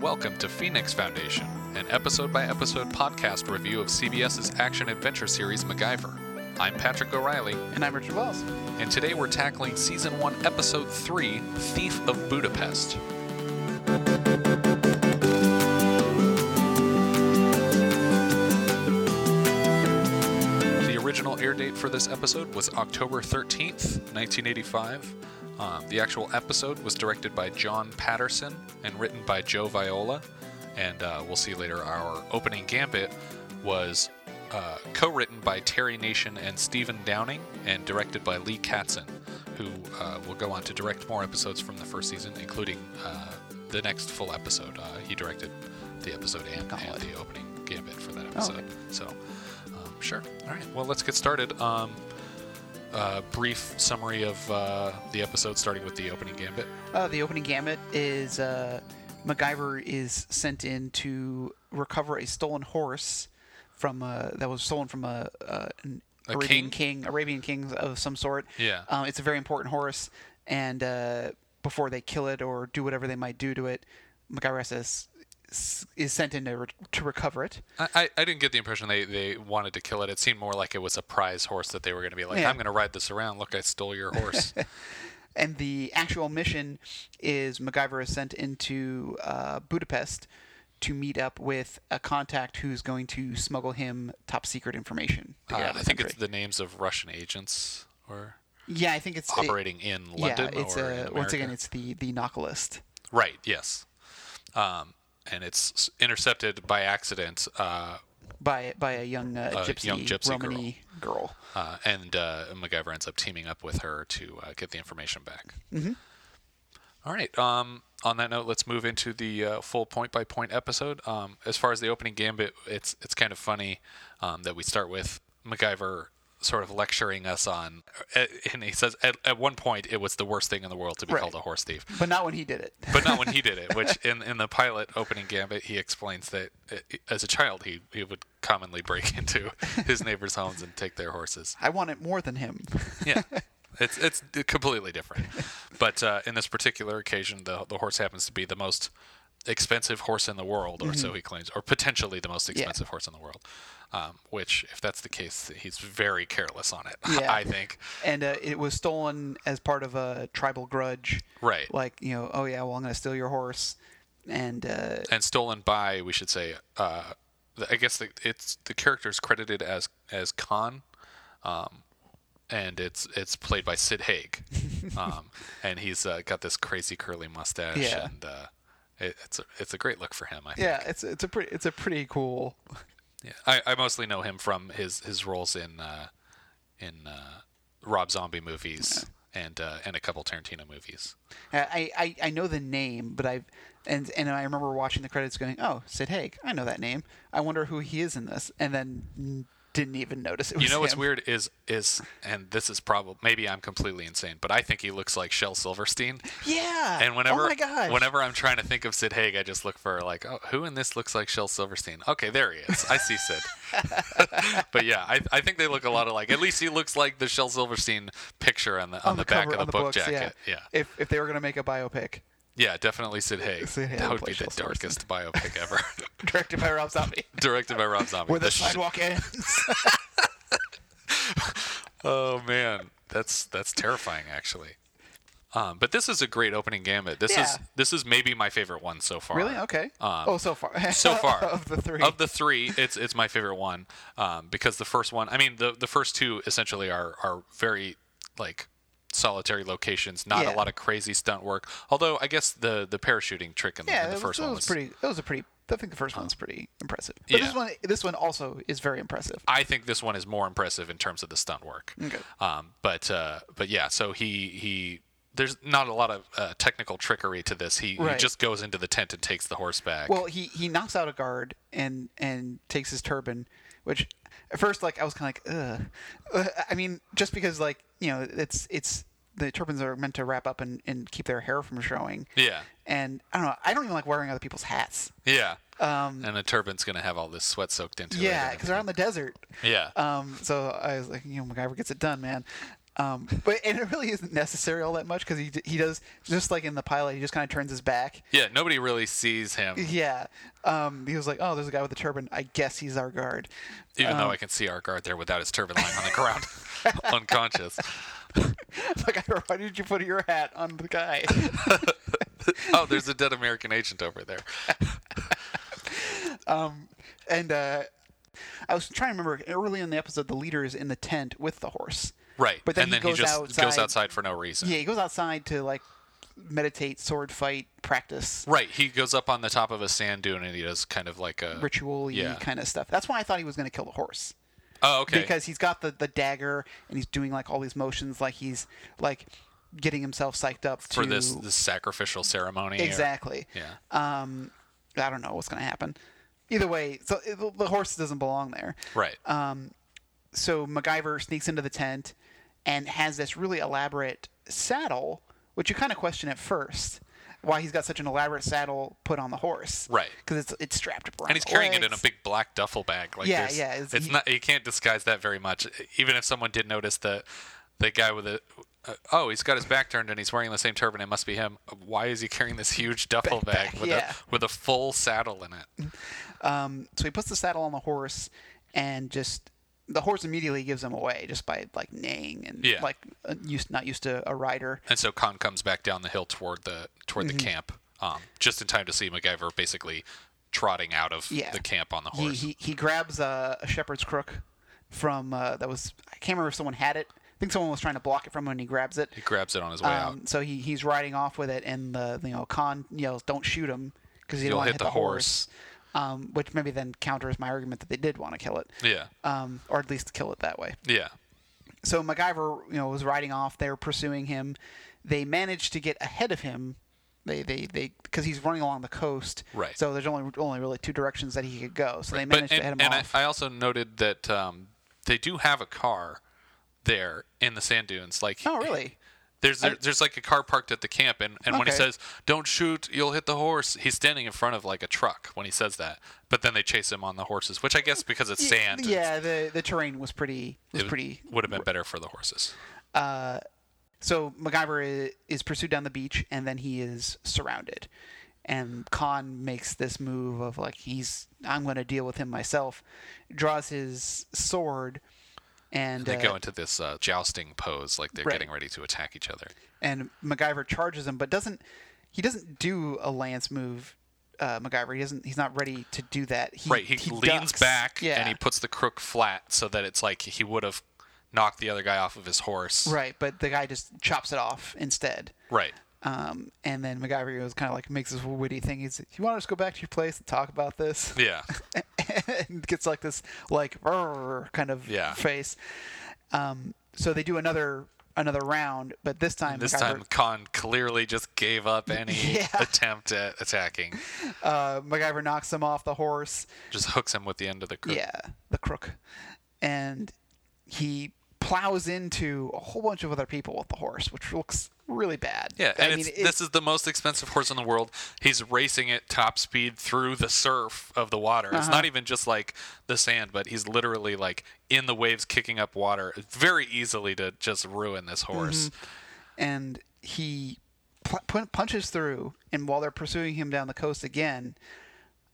welcome to Phoenix Foundation, an episode by episode podcast review of CBS's action adventure series MacGyver. I'm Patrick O'Reilly, And I'm Richard Wells. and today we're tackling Season 1, Episode 3 Thief of Budapest. The original air date for this episode was October 13th, 1985. Um, the actual episode was directed by John Patterson and written by Joe Viola. And uh, we'll see later, our opening gambit was uh, co written by Terry Nation and Stephen Downing and directed by Lee Katzen, who uh, will go on to direct more episodes from the first season, including uh, the next full episode. Uh, he directed the episode and, and Golly. the opening gambit for that Oh, okay. episode. So, um, sure. All right. Well, let's get started. Um, uh, brief summary of uh, the episode, starting with the opening gambit. Uh, the opening gambit is uh, MacGyver is sent in to recover a stolen horse from uh, that was stolen from a, a an A Arabian king? Arabian king of some sort. Yeah. um, it's a very important horse, and uh, before they kill it or do whatever they might do to it, MacGyver has to s- s- is sent in to, re- to recover it. I, I, I didn't get the impression they, they wanted to kill it. It seemed more like it was a prize horse that they were going to be like, Yeah. I'm going to ride this around. Look, I stole your horse. And the actual mission is MacGyver is sent into uh, Budapest to meet up with a contact who's going to smuggle him top secret information. To get Uh, out of I the think it's country. the names of Russian agents or yeah, I think it's it- operating in London. yeah, it's or uh in once America. again it's the the Nautilist. Right. Yes. Um, and it's s- intercepted by accident, uh, By, by a young uh, gypsy, young gypsy Romany girl. uh, and uh, MacGyver ends up teaming up with her to uh, get the information back. Mm-hmm. right. Um, on that note, let's move into the uh, full point by point episode. Um, as far as the opening gambit, it's it's kind of funny um, that we start with MacGyver sort of lecturing us on, uh, and he says at, at one point it was the worst thing in the world to be Right. called a horse thief but not when he did it. but not when he did it. Which in in the pilot opening gambit, he explains that uh, as a child he, he would commonly break into his neighbors' homes and take their horses. I want it more than him. Yeah, it's it's completely different. But uh, in this particular occasion, the the horse happens to be the most expensive horse in the world, or so he claims, or potentially the most expensive horse in the world. Um, which, if that's the case, he's very careless on it. Yeah. I think. and uh, it was stolen as part of a tribal grudge. Right. Like you know, oh yeah, well I'm gonna steal your horse, and uh, and stolen by we should say uh the- i guess the, it's the character is credited as as khan um and it's it's played by sid haig um and he's uh, got this crazy curly mustache Yeah. and uh it, it's a, it's a great look for him i think yeah, it's it's a pretty it's a pretty cool. yeah. I, I mostly know him from his his roles in uh in uh rob zombie movies and uh and a couple tarantino movies uh, I, I I know the name, but I've and and I remember watching the credits going, oh Sid Haig, I know that name. I wonder who he is in this, and then didn't even notice it was You know what's him. weird is is and this is probably maybe I'm completely insane, but I think he looks like Shel Silverstein. Yeah. And whenever oh my gosh. whenever I'm trying to think of Sid Haig, I just look for like, oh, who in this looks like Shel Silverstein? Okay, there he is. I see Sid. but yeah, I, I think they look a lot alike. At least he looks like the Shel Silverstein picture on the on, the, back cover- of the, on the book books, jacket. Yeah. yeah. If if they were gonna make a biopic definitely Sid Haig. Sid Haig that would would be play the Shel darkest biopic ever. directed by Rob Zombie, Directed by Rob Zombie. where the, The sh- sidewalk ends. Oh man, that's that's terrifying actually. Um, but this is a great opening gambit. This is Yeah. this is maybe my favorite one so far. really? Okay. Um, oh, so far. so far of the three. of the three, it's it's my favorite one um, because the first one. I mean, the the first two essentially are are very like solitary locations. Not a Yeah. lot of crazy stunt work. Although I guess the the parachuting trick in, the- yeah, in the that first was, one that was pretty. That was a pretty. I think the first one's pretty impressive. But yeah. this one, this one also is very impressive. I think this one is more impressive in terms of the stunt work. Okay. Um, but uh, but yeah, so he he there's not a lot of uh, technical trickery to this. He, he Right. just goes into the tent and takes the horse back. Well, he he knocks out a guard and and takes his turban, which at first like I was kind of like, ugh. Uh, I mean, just because like you know it's it's the turbans are meant to wrap up and and keep their hair from showing. yeah. And I don't know. I don't even like wearing other people's hats. Yeah. Um, and a turban's gonna have all this sweat soaked into it. Yeah, and because they're on the desert. everything. yeah. Um, so I was like, you know, MacGyver gets it done, man. Um, but and it really isn't necessary all that much because he d- he does just like in the pilot, he just kind of turns his back. Yeah, nobody really sees him, Yeah, um, he was like, "Oh, there's a guy with a turban. I guess he's our guard." even Um, though I can see our guard there without his turban lying on the ground, unconscious. like, why did you put your hat on the guy? Oh, there's a dead American agent over there. and uh, I was trying to remember early in the episode, the leader is in the tent with the horse. Right. But then and he then goes he just outside. goes outside for no reason. Yeah, he goes outside to like meditate, sword fight, practice. Right. He goes up on the top of a sand dune and he does kind of like a ritual Yeah. kind of stuff. That's why I thought he was going to kill the horse Oh, okay. because he's got the, the dagger and he's doing like all these motions, like he's like getting himself psyched up for to this this sacrificial ceremony. or- exactly. yeah. Um, I don't know what's going to happen. Either way, so it, the horse doesn't belong there. Right. Um, so MacGyver sneaks into the tent and has this really elaborate saddle, which you kind of question at first why he's got such an elaborate saddle put on the horse. Right. Because it's it's strapped around. and he's the carrying it in a legs. big black duffel bag. Like Yeah, there's- yeah, It's, it's- he- not. You can't disguise that very much. Even if someone did notice the the guy with the uh, oh, he's got his back turned and he's wearing the same turban. It must be him. Why is he carrying this huge duffel bag with yeah. a with a full saddle in it? Um, so he puts the saddle on the horse and just the horse immediately gives him away just by like neighing and Yeah. like uh, used not used to a rider. And so Khan comes back down the hill toward the toward Mm-hmm. the camp, um, just in time to see MacGyver basically trotting out of Yeah. the camp on the He horse. he, he grabs a, a shepherd's crook from uh, that was I can't remember if someone had it. I think someone was trying to block it from him and he grabs it. he grabs it on his way out. Um, so he, he's riding off with it, and the you know Khan yells, "Don't shoot him," because he You'll don't want to hit hit the the, horse. Um, which maybe then counters my argument that they did want to kill it, Yeah. um, or at least kill it that way. Yeah. So MacGyver, you know, was riding off. They were pursuing him. They managed to get ahead of him. They they they because he's running along the coast. Right. So there's only only really two directions that he could go. So they But managed to head and, him and I, off. I also noted that um, they do have a car there in the sand dunes. Like Oh, really? There's there, there's like a car parked at the camp, and, and when he Okay. says "Don't shoot, you'll hit the horse," he's standing in front of like a truck when he says that. But then they chase him on the horses, which I guess because it's sand, it's- yeah. The the terrain was pretty was it pretty would have been better for the horses. So MacGyver i- is pursued down the beach, and then he is surrounded. And Khan makes this move of like he's I'm going to deal with him myself. Draws his sword, and They uh, go into this uh, jousting pose, like they're Right. getting ready to attack each other. uh, and MacGyver charges him, but doesn't he doesn't do a lance move? Uh, MacGyver he doesn't. He's not ready to do that. He, Right, he, leans ducks. back Yeah. and he puts the crook flat so that it's like he would have knocked the other guy off of his horse. right, but the guy just chops it off instead. Right. Um, and then MacGyver goes kind of like makes this witty thing. He's like, "You want to just go back to your place and talk about this?" Yeah. and gets like this like "Rrr" kind of Yeah. face. Um, so they do another another round, but this time This MacGyver- time, Khan clearly just gave up any Yeah. attempt at attacking. uh, MacGyver knocks him off the horse. Just hooks him with the end of the crook. Yeah, the crook, and he plows into a whole bunch of other people with the horse, which looks really bad. Yeah, I and mean, it's, it- this is the most expensive horse in the world. He's racing at top speed through the surf of the water. Uh-huh. It's not even just like the sand, but he's literally like in the waves, kicking up water. It's very easily to just ruin this Mm-hmm. horse. and he pl- pu- punches through, and while they're pursuing him down the coast again,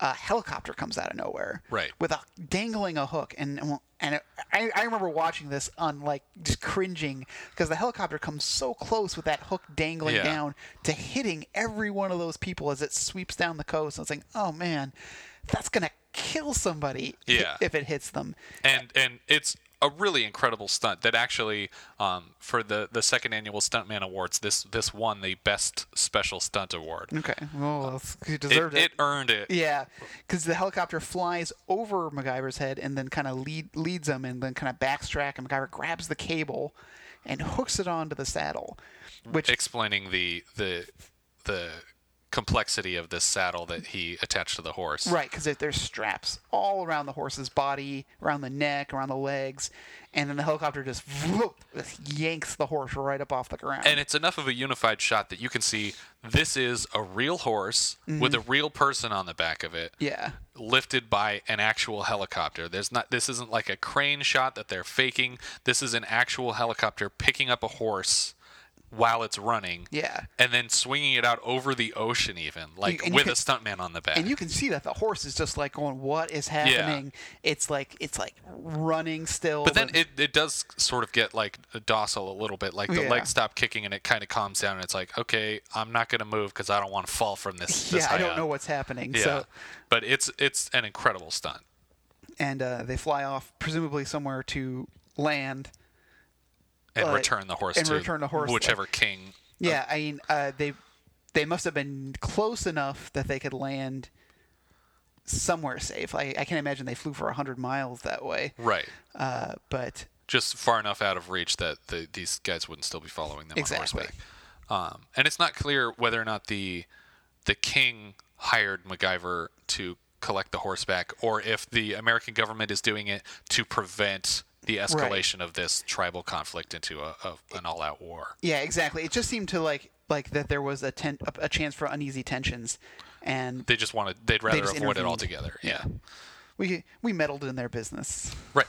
a helicopter comes out of nowhere, Right. With a dangling a hook, and and I, I remember watching this on like just cringing because the helicopter comes so close with that hook dangling Yeah. down to hitting every one of those people as it sweeps down the coast. I was like, oh man, that's gonna kill somebody i- Yeah. if it hits them. and and it's a really incredible stunt that actually um, for the the second annual stuntman awards this this won the best special stunt award Okay, well, you it, Mm-hmm. deserved it earned it Yeah, because the helicopter flies over MacGyver's head and then kind of lead, leads him and then kind of backstrack. And MacGyver grabs the cable and hooks it onto the saddle, which explaining the the the complexity of this saddle that he attached to the horse. Right, because there's straps all around the horse's body, around the neck, around the legs, and then the helicopter just, whoop, just yanks the horse right up off the ground. And it's enough of a unified shot that you can see this is a real horse with a real person on the back of it. Mm-hmm. yeah, lifted by an actual helicopter. There's not this isn't like a crane shot that they're faking. This is an actual helicopter picking up a horse while it's running. Yeah. And then swinging it out over the ocean even, like and you with can- a stuntman on the back. and you can see that the horse is just like going, "What is happening?" It's like it's like running still. but then it, it does sort of get like docile a little bit. Like the Yeah. legs stop kicking and it kind of calms down. And it's like, okay, I'm not going to move because I don't want to fall from this. this yeah, high I don't up. know what's happening. Yeah. So but it's it's an incredible stunt. and uh, they fly off presumably somewhere to land. And But- return the horse and to return the horse, like- whichever king Yeah, I mean uh, they they must have been close enough that they could land somewhere safe. I, I can't imagine they flew for hundred miles that way. Right. Uh, but Just far enough out of reach that the, these guys wouldn't still be following them Exactly. on horseback. Um, and it's not clear whether or not the the king hired MacGyver to collect the horseback, or if the American government is doing it to prevent the escalation of this tribal conflict into a, a, an all-out war. yeah, exactly. It just seemed to like like that there was a ten, a, a chance for uneasy tensions, and They just wanted they'd rather just avoid it intervened. altogether. Yeah. we we meddled in their business. Right.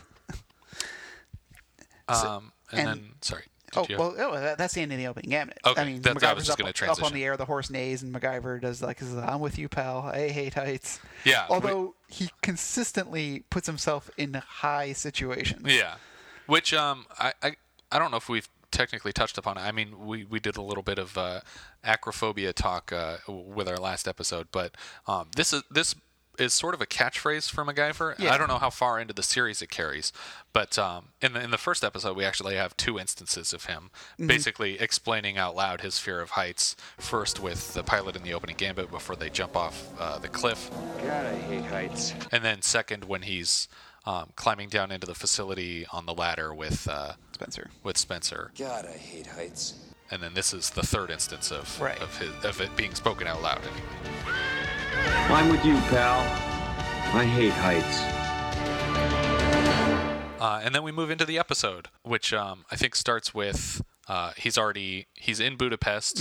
Um, and, and- then sorry. Did Oh you- well, oh, that- that's the end of the opening, yeah. Okay, I mean, that's- I was MacGyver's just up, gonna up on transition. the air, the horse neighs, and MacGyver does like, his, "I'm with you, pal. I hate heights." Yeah, we- Although he consistently puts himself in high situations. Yeah, which um, I, I I don't know if we've technically touched upon it. I mean, we, we did a little bit of uh, acrophobia talk uh, with our last episode, but um, this is this is sort of a catchphrase for MacGyver. Yeah. I don't know how far into the series it carries, but um, in the in the first episode, we actually have two instances of him basically explaining out loud his fear of heights. First with the pilot in the opening gambit before they jump off uh, the cliff. God, I hate heights. And then second, when he's um, climbing down into the facility on the ladder with uh, Spencer. with Spencer. God, I hate heights. And then this is the third instance of Right. of, his, of it being spoken out loud. Anyway. I'm with you, pal. I hate heights. Uh, and then we move into the episode, which um, I think starts with uh, he's already he's in Budapest.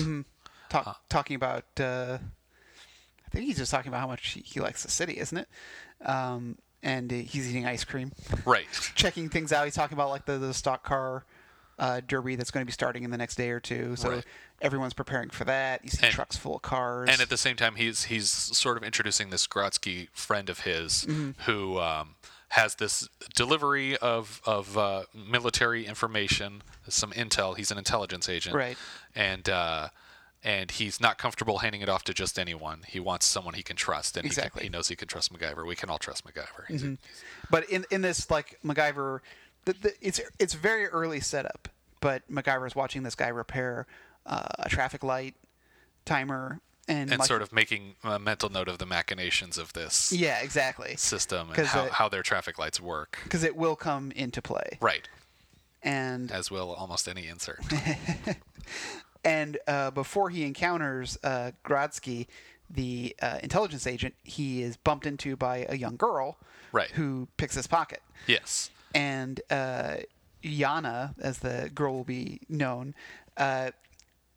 Talk, Uh-huh. talking about, uh, I think he's just talking about how much he, he likes the city, isn't it? Um, and he's eating ice cream, Right. checking things out. He's talking about like the, the stock car uh, derby that's going to be starting in the next day or two. So Right. everyone's preparing for that. You see And- trucks full of cars. And at the same time, he's he's sort of introducing this Grotsky friend of his Mm-hmm. who um, has this delivery of of uh, military information, some intel. He's an intelligence agent, Right. And uh, and he's not comfortable handing it off to just anyone. He wants someone he can trust, and he can- Exactly. Mm-hmm. he, knows he can trust MacGyver. We can all trust MacGyver. He's a- he's- But in in this like MacGyver, the, the, it's it's very early setup. But MacGyver's watching this guy repair uh, a traffic light timer and, and like, sort of making a mental note of the machinations of this yeah, exactly, system and 'Cause, how, uh, how their traffic lights work. because it will come into play. Right, And as will almost any insert. and uh, before he encounters uh, Grodsky, the uh, intelligence agent, he is bumped into by a young girl, Right. who picks his pocket. yes. and uh, Yana, as the girl will be known, uh,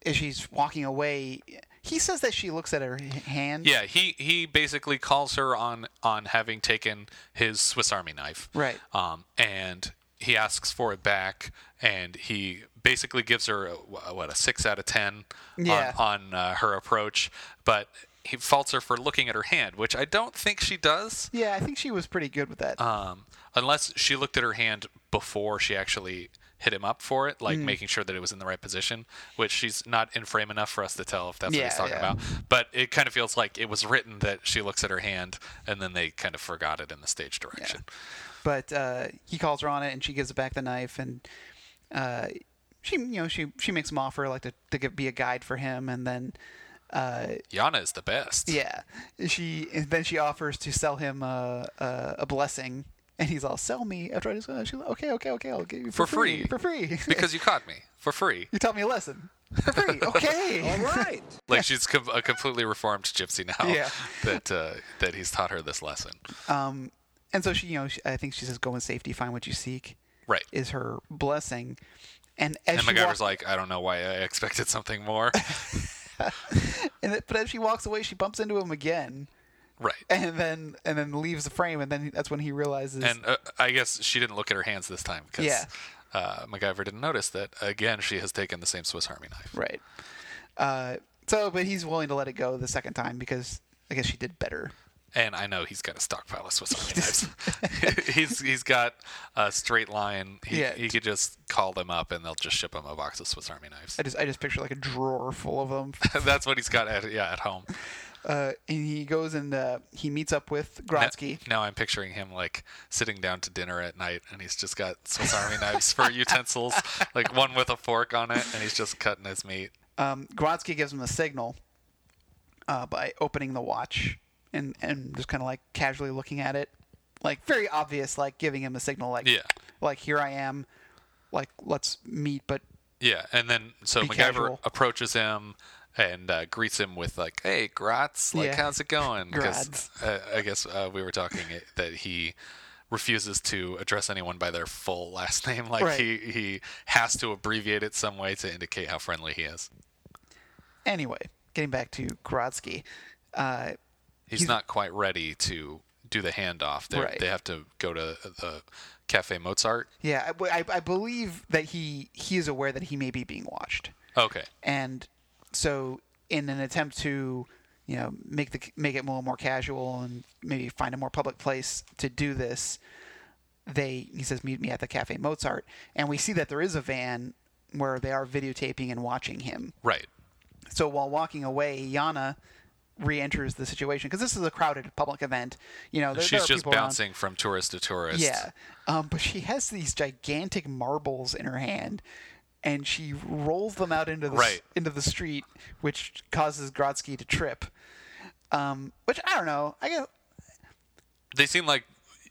as she's walking away, he says that she looks at her h- hand. Yeah, he he basically calls her on on having taken his Swiss Army knife. Right. Um, and he asks for it back, and he basically gives her a, wh- what a six out of ten Yeah. on, on uh, her approach, but he faults her for looking at her hand, which I don't think she does, Yeah, I think she was pretty good with that. um, unless she looked at her hand before she actually hit him up for it, Mm. like making sure that it was in the right position, which she's not in frame enough for us to tell if that's what he's Yeah, talking yeah. about. But it kind of feels like it was written that she looks at her hand and then they kind of forgot it in the stage direction. but uh, he calls her on it, and she gives back the knife, and uh, she, you know, she she makes him offer like to to get, be a guide for him, and then. Uh, Yana is the best. yeah, she and then she offers to sell him a, a, a blessing, and he's all sell me. After I uh, just she's like, okay, okay, okay, I'll give you for, For free. for free Because you caught me for free. You taught me a lesson. For free. Okay. right. Like she's com- a completely reformed gypsy now Yeah. that uh, that he's taught her this lesson. um, and so she, you know, she, I think she says, "Go in safety, find what you seek." Right. Is her blessing, and as and she MacGyver's walks, like, I don't know why I expected something more. and it- but as she walks away, she bumps into him again, right. and then and then leaves the frame, and then that's when he realizes. And uh, I guess she didn't look at her hands this time because Yeah. uh, MacGyver didn't notice that. Again, she has taken the same Swiss Army knife. right. Uh, so, but he's willing to let it go the second time because I guess she did better. And I know he's got a stockpile of Swiss Army knives. he's he's got a straight line. He, Yeah. he could just call them up and they'll just ship him a box of Swiss Army knives. I just I just picture like a drawer full of them. That's what he's got at yeah at home. Uh, and he goes and uh, he meets up with Now, Grodsky. now I'm picturing him like sitting down to dinner at night, and he's just got Swiss Army knives for utensils, like one with a fork on it, and he's just cutting his meat. Um, Grodsky gives him a signal uh, by opening the watch and and just kind of like casually looking at it, like very obvious, like giving him a signal, like Yeah. like here I am, like let's meet, but Yeah, and then so Be MacGyver casual. approaches him and uh, greets him with like, "Hey, Gratz, like Yeah. how's it going?" Gratz. uh, I guess uh, we were talking it, that he refuses to address anyone by their full last name. Like Right. he he has to abbreviate it some way to indicate how friendly he is. anyway, getting back to Grodsky, uh, He's, not quite ready to do the handoff. They Right. they have to go to uh, the Cafe Mozart. yeah, I, I, I believe that he he is aware that he may be being watched. Okay. and so in an attempt to you know make the make it a little more casual and maybe find a more public place to do this they he says meet me at the cafe mozart and we see that there is a van where they are videotaping and watching him Right. so while walking away yana re-enters the situation because this is a crowded public event you know there, there She's are just people around. bouncing from tourist to tourist. Yeah, um, but she has these gigantic marbles in her hand, and she rolls them out into the s- Right. into the street, which causes Grodsky to trip. Um, which I don't know. I guess they seem like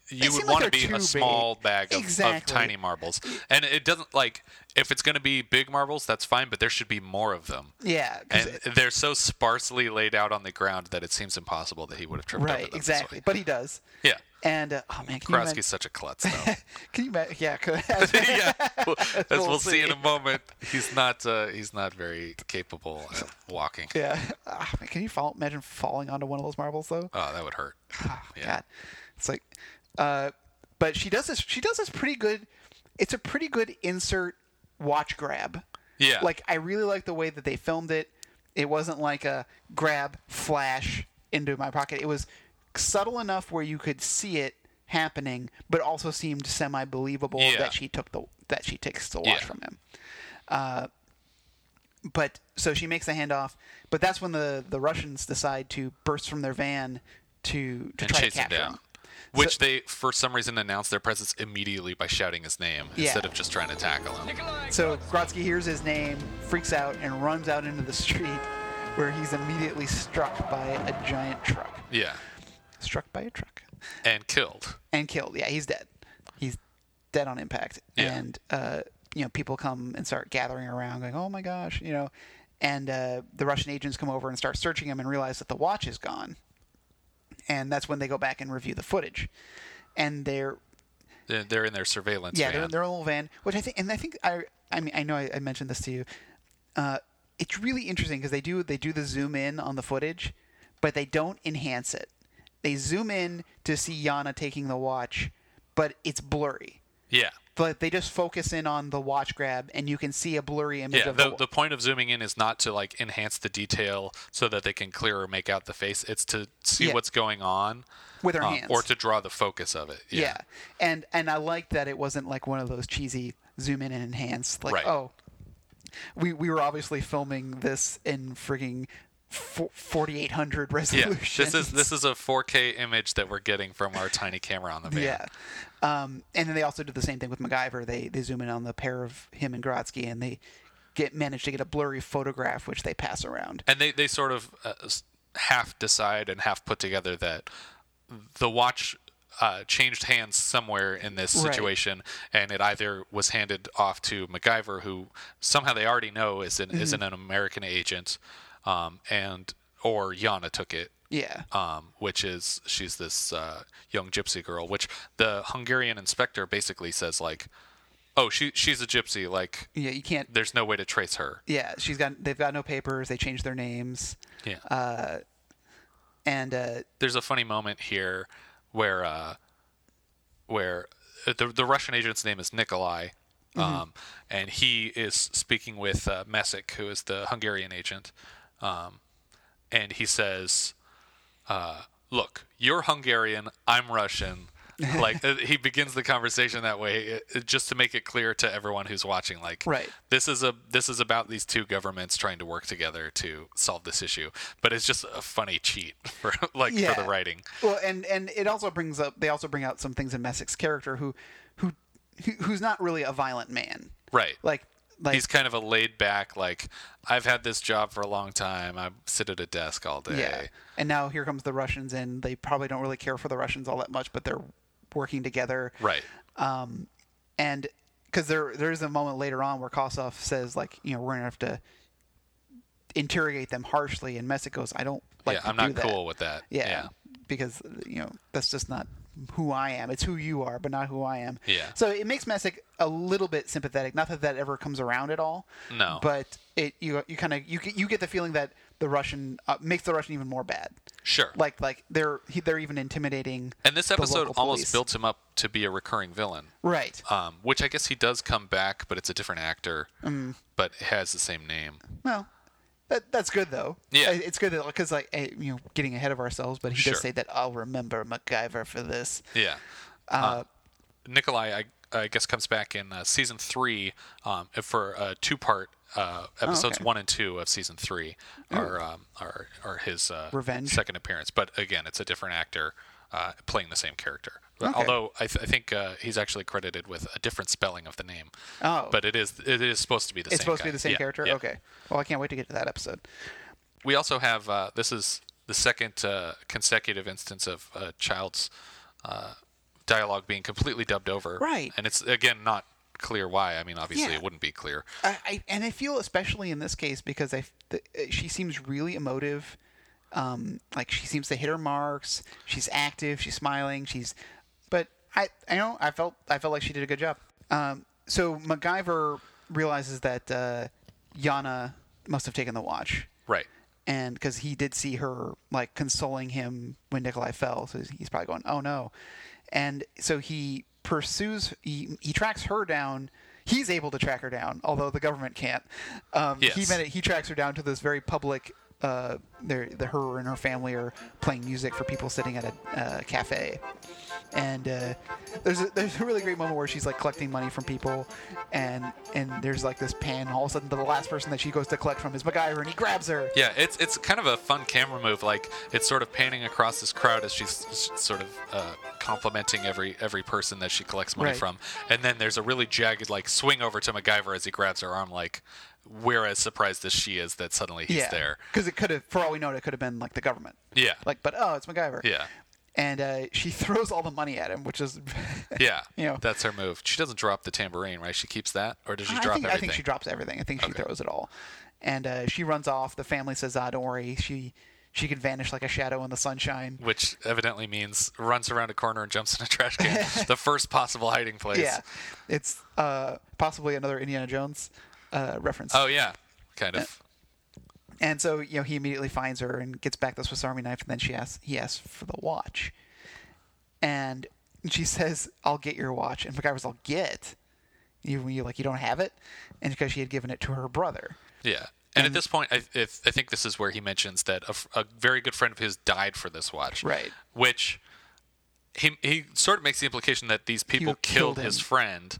you seem would like want to they're be too a big. small bag of, of Exactly. tiny marbles and it doesn't like if it's going to be big marbles that's fine but there should be more of them yeah, 'cause and it- they're so sparsely laid out on the ground that it seems impossible that he would have tripped over right, them this exactly. way. But he does. yeah And uh, oh man, can you Krosky's imagine? such a klutz though Can you imagine? Yeah, could- yeah well, as we'll, We'll see. in a moment he's not uh, he's not very capable of walking yeah. Ah, man, can you fall, imagine falling onto one of those marbles though? oh that would hurt yeah God, it's like, uh, but she does this. She does this pretty good. It's a pretty good insert watch grab. Yeah. Like I really like the way that they filmed it. It wasn't like a grab flash into my pocket. It was subtle enough where you could see it happening, but also seemed semi believable Yeah. that she took the that she takes the watch Yeah. from him. But so she makes the handoff, but that's when the the Russians decide to burst from their van to to and try chase to him capture down him. which So- they for some reason announce their presence immediately by shouting his name Yeah. instead of just trying to tackle him So Grotsky hears his name, freaks out, and runs out into the street, where he's immediately struck by a giant truck. Yeah, Struck by a truck and killed. and killed. Yeah, he's dead. He's dead on impact. Yeah. And uh, you know, people come and start gathering around, going, "Oh my gosh!" You know, and uh, the Russian agents come over and start searching him and realize that the watch is gone. And that's when they go back and review the footage, and they're They're, they're in their surveillance yeah, van. they're in their own little van, which I think, and I think I, I mean, I know I, I mentioned this to you. Uh, it's really interesting because they do they do the zoom in on the footage, but they don't enhance it. They zoom in to see Yana taking the watch, but it's blurry. yeah, But they just focus in on the watch grab, and you can see a blurry image yeah. of the, The, the point of zooming in is not to like enhance the detail so that they can clearer make out the face. It's to see Yeah. what's going on with her um, hands. or to draw the focus of it. yeah. and and I like that it wasn't like one of those cheesy zoom in and enhance. Like Right. oh, we we were obviously filming this in frigging. 4800 Yeah, resolution. this is this is a 4K image that we're getting from our tiny camera on the van. Yeah. Um, and then they also do the same thing with MacGyver. They they zoom in on the pair of him and Grotsky, and they get manage to get a blurry photograph, which they pass around. and they they sort of uh, s- half decide and half put together that the watch uh, changed hands somewhere in this Right. situation, and it either was handed off to MacGyver, who somehow they already know is an isn't an American agent, um, and or Yana took it. Yeah. Um, which is she's this uh, young gypsy girl, which the Hungarian inspector basically says like, "Oh, she she's a gypsy. Like, Yeah, you can't. there's no way to trace her." Yeah, she's got. They've got no papers. They changed their names, Yeah. and uh, there's a funny moment here where uh, where uh, the the Russian agent's name is Nikolai, um, and he is speaking with uh, Mesek, who is the Hungarian agent, um, and he says, uh, "Look, you're Hungarian, I'm Russian." like uh, he begins the conversation that way uh, uh, just to make it clear to everyone who's watching like Right. this is a this is about these two governments trying to work together to solve this issue but it's just a funny cheat for like yeah, for the writing Well, and and it also brings up. They also bring out some things in Messick's character who, who, who- who's not really a violent man. right Like like he's kind of a laid back like i've had this job for a long time i sit at a desk all day yeah. And now here comes the Russians, and they probably don't really care for the Russians all that much, but they're working together. right um, and because there there is a moment later on where Kossoff says like you know we're gonna have to interrogate them harshly, and Messick goes I don't like yeah to i'm do not that." cool with that yeah, because you know that's just not who I am. It's who you are, but not who I am. Yeah. So it makes Messick a little bit sympathetic. Not that that ever comes around at all. No. But it you you kind of you get- you get the feeling that the Russian uh, makes the Russian even more bad. sure Like like they're he, they're even intimidating. and this the episode local almost police. built him up to be a recurring villain right. um, which i guess he does come back but it's a different actor Mm. but has the same name Well, that, that's good though. Yeah. I- it's good because like eh, you know, getting ahead of ourselves, but he Sure. does say that I'll remember MacGyver for this. Yeah. Uh, Nikolai, I, I guess, comes back in uh, season three um, for a two-part uh, episodes okay. one and two of season three are um, are are his uh, Revenge? second appearance. But again, it's a different actor uh, playing the same character. But Although I, th- I think uh, he's actually credited with a different spelling of the name. Oh. But it is it is supposed to be the same. It's supposed to guy. be the same Yeah, character. yeah. Okay. Well, I can't wait to get to that episode. We also have uh, this is the second uh, consecutive instance of uh, Child's uh, dialogue being completely dubbed over. Right. And it's again not clear why. I mean, obviously Yeah. it wouldn't be clear. I, I and I feel especially in this case because I f- the, eh, she seems really emotive. Um, like she seems to hit her marks. She's active. She's smiling. She's, but I I know I felt I felt like she did a good job. Um, so MacGyver realizes that uh, Yana must have taken the watch. Right. and because he did see her like consoling him when Nikolai fell, so he's- he's probably going, "Oh no," and so he pursues, he he tracks her down. He's able to track her down, although the government can't. Um, He Yes. met it, he tracks her down to this very public. Uh, their the her and her family are playing music for people sitting at a uh, cafe, and uh, there's a, there's a really great moment where she's like collecting money from people, and and there's like this pan. All of a sudden, the last person that she goes to collect from is MacGyver, and he grabs her. Yeah, it's it's kind of a fun camera move. Like it's sort of panning across this crowd as she's s- sort of uh, complimenting every every person that she collects money Right. from, and then there's a really jagged like swing over to MacGyver as he grabs her arm. Like we're as surprised as she is that suddenly he's there. Because it could have, for all we know, it could have been like the government. Yeah. Like, but oh, it's MacGyver. Yeah. And uh, she throws all the money at him, which is. Yeah, You know. that's her move. She doesn't drop the tambourine, right? She keeps that, or does she I drop think, I everything? think she drops everything. I think she throws it all, and uh, she runs off. The family says, "Ah, don't worry. She she could vanish like a shadow in the sunshine." Which evidently means runs around a corner and jumps in a trash can, the first possible hiding place. Yeah, it's uh, possibly another Indiana Jones uh, reference. Oh yeah, kind Uh, of. And so, you know, he immediately finds her and gets back the Swiss Army knife, and then she asks, he asks for the watch. And she says, I'll get your watch. And MacGyver's, I'll get. You, you like, you don't have it? And because she had given it to her brother. Yeah. And, at this point, I, if, I think this is where he mentions that a, f- a very good friend of his died for this watch. Right. Which he he sort of makes the implication that these people killed, killed his him. friend,